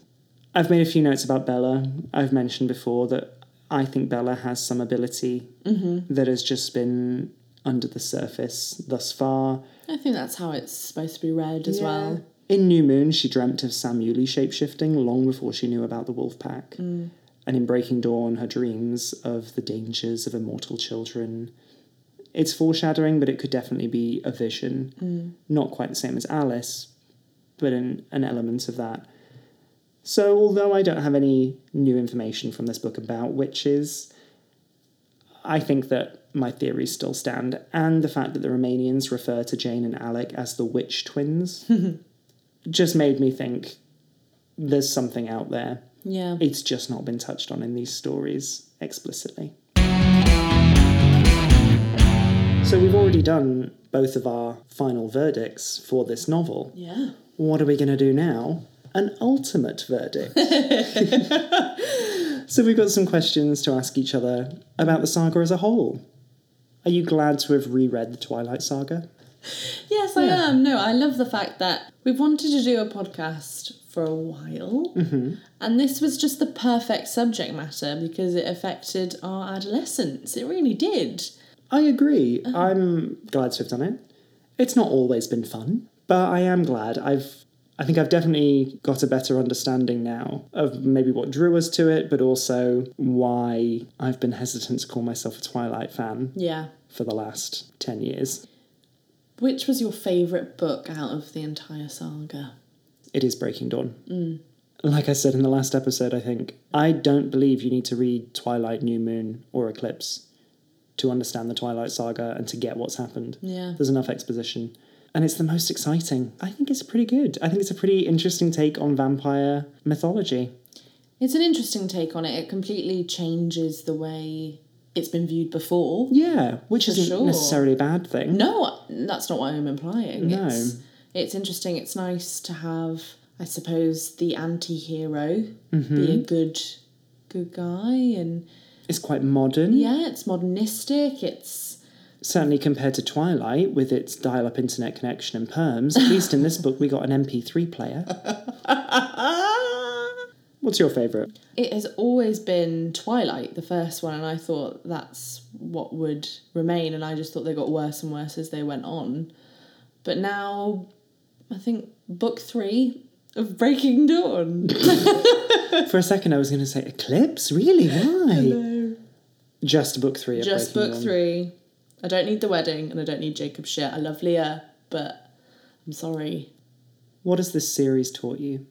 Speaker 1: I've made a few notes about Bella. I've mentioned before that I think Bella has some ability that has just been under the surface thus far.
Speaker 2: I think that's how it's supposed to be read as well.
Speaker 1: In New Moon, she dreamt of Samueli shapeshifting long before she knew about the wolf pack. And in Breaking Dawn, her dreams of the dangers of immortal children. It's foreshadowing, but it could definitely be a vision. Not quite the same as Alice, but an, an element of that. So, although I don't have any new information from this book about witches, I think that my theories still stand, and the fact that the Romanians refer to Jane and Alec as the witch twins just made me think there's something out there.
Speaker 2: Yeah.
Speaker 1: It's just not been touched on in these stories explicitly. So, we've already done both of our final verdicts for this novel
Speaker 2: Yeah.
Speaker 1: what are we going to do now? An ultimate verdict. so we've got some questions to ask each other about the saga as a whole. Are you glad to have reread the Twilight Saga?
Speaker 2: Yes, I am. No, I love the fact that we've wanted to do a podcast for a while, and this was just the perfect subject matter because it affected our adolescence. It really did.
Speaker 1: I agree. I'm glad to have done it. It's not always been fun, but I am glad. I've I think I've definitely got a better understanding now of maybe what drew us to it, but also why I've been hesitant to call myself a Twilight fan
Speaker 2: Yeah.
Speaker 1: for the last 10 years.
Speaker 2: Which was your favourite book out of the entire saga?
Speaker 1: It is Breaking Dawn.
Speaker 2: Mm.
Speaker 1: Like I said in the last episode, I think, I don't believe you need to read Twilight, New Moon, or Eclipse to understand the Twilight saga and to get what's happened.
Speaker 2: Yeah.
Speaker 1: There's enough exposition. And it's the most exciting. I think it's pretty good. I think it's a pretty interesting take on vampire mythology.
Speaker 2: It's an interesting take on it. It completely changes the way it's been viewed before.
Speaker 1: Yeah, which
Speaker 2: For
Speaker 1: isn't
Speaker 2: sure.
Speaker 1: necessarily a bad thing.
Speaker 2: No, that's not what I'm implying.
Speaker 1: No.
Speaker 2: It's, it's interesting. It's nice to have, I suppose, the anti hero be a good good guy. And
Speaker 1: It's quite modern,
Speaker 2: yeah, it's modernistic. It's.
Speaker 1: certainly compared to Twilight with its dial up internet connection and perms. At least in
Speaker 2: [laughs]
Speaker 1: this book, we got an MP3 player. What's your favourite?
Speaker 2: It has always been Twilight, the first one, and I thought that's what would remain. And I just thought they got worse and worse as they went on. But now, I think book three of Breaking Dawn.
Speaker 1: For a second, I was going to say Eclipse. Really?
Speaker 2: [laughs]
Speaker 1: Why? Just book three. Of
Speaker 2: Just
Speaker 1: Breaking
Speaker 2: book
Speaker 1: Dawn.
Speaker 2: three. I don't need the wedding and I don't need Jacob's shit. I love Leah, but I'm sorry.
Speaker 1: What has this series taught you?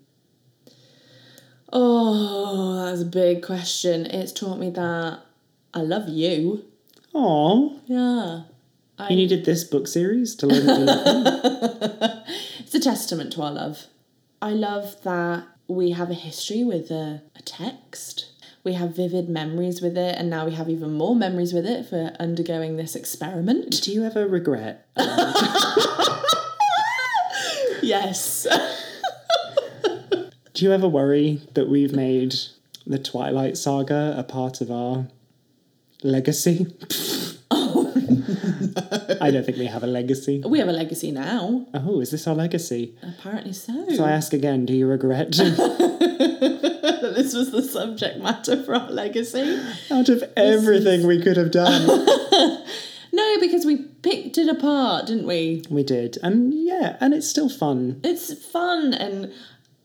Speaker 2: Oh, that's a big question. It's taught me that I love you.
Speaker 1: Oh,
Speaker 2: Yeah. I,
Speaker 1: you needed this book series to learn. that you
Speaker 2: [laughs]
Speaker 1: love them?
Speaker 2: it's a testament to our love. I love that we have a history with a, a text. We have vivid memories with it, and now we have even more memories with it for undergoing this experiment. [laughs]
Speaker 1: Do you ever regret?
Speaker 2: Yes.
Speaker 1: Do you ever worry that we've made the Twilight Saga a part of our
Speaker 2: [laughs]
Speaker 1: legacy? I don't think we have a legacy.
Speaker 2: we have a legacy now.
Speaker 1: Oh, is this our legacy?
Speaker 2: Apparently
Speaker 1: So I ask again, do you regret?
Speaker 2: [laughs] that this was the subject matter for our legacy.
Speaker 1: Out of everything we could have done,
Speaker 2: No, because we picked it apart, didn't we?
Speaker 1: we did. And yeah, and it's still fun.
Speaker 2: It's fun and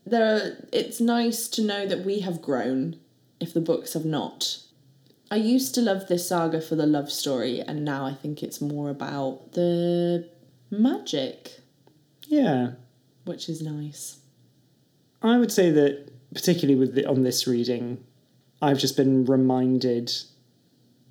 Speaker 2: there are, it's nice to know that we have grown if the books have not. I used to love this saga for the love story and now I think it's more about the magic,
Speaker 1: Yeah.
Speaker 2: which is nice.
Speaker 1: I would say that particularly with the, on this reading, I've just been reminded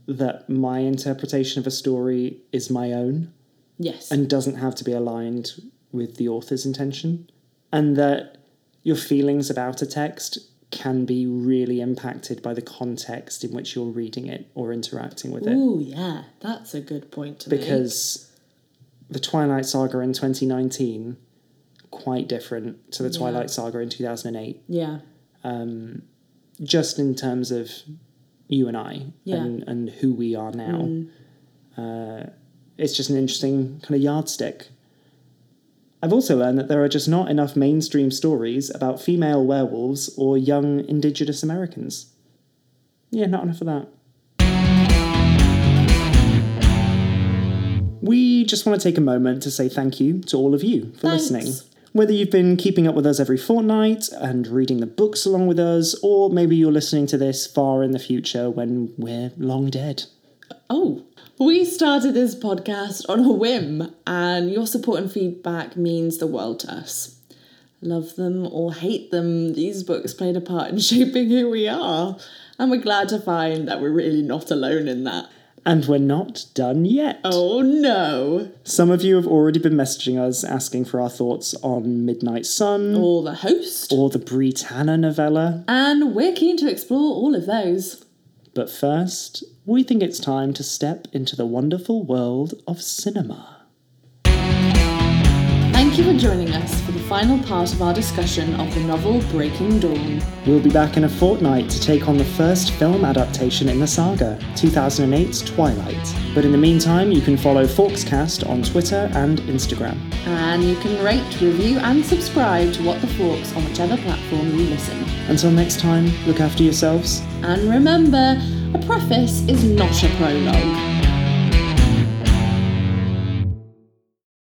Speaker 1: that my interpretation of a story is my own
Speaker 2: Yes.
Speaker 1: and doesn't have to be aligned with the author's intention, and that your feelings about a text can be really impacted by the context in which you're reading it or interacting with it
Speaker 2: Ooh, yeah. That's a good point to make.
Speaker 1: because the Twilight Saga in 2019 quite different to the Twilight Saga in 2008
Speaker 2: Yeah.
Speaker 1: just in terms of you and I
Speaker 2: Yeah.
Speaker 1: and, and who we are now. Uh, it's just an interesting kind of yardstick. I've also learned that there are just not enough mainstream stories about female werewolves or young indigenous Americans. Yeah, not enough of that. We just want to take a moment to say thank you to all of you for
Speaker 2: Thanks.
Speaker 1: listening. Whether you've been keeping up with us every fortnight and reading the books along with us, or maybe you're listening to this far in the future when we're long dead.
Speaker 2: Oh, we started this podcast on a whim, and your support and feedback means the world to us. Love them or hate them, these books played a part in [laughs] shaping who we are, and we're glad to find that we're really not alone in that.
Speaker 1: And we're not done yet.
Speaker 2: Oh no!
Speaker 1: Some of you have already been messaging us asking for our thoughts on Midnight Sun
Speaker 2: Or the host,
Speaker 1: or the Britannia novella.
Speaker 2: and we're keen to explore all of those.
Speaker 1: But first, we think it's time to step into the wonderful world of cinema.
Speaker 2: Thank Thank you for joining us for the final part of our discussion of the novel Breaking Dawn.
Speaker 1: We'll be back in a fortnight to take on the first film adaptation in the saga, 2008's Twilight. But in the meantime, you can follow Forkscast on Twitter and Instagram.
Speaker 2: And you can rate, review, and subscribe to What the Forks on whichever platform you listen.
Speaker 1: Until next time, look after yourselves.
Speaker 2: And remember, a preface is not a prologue.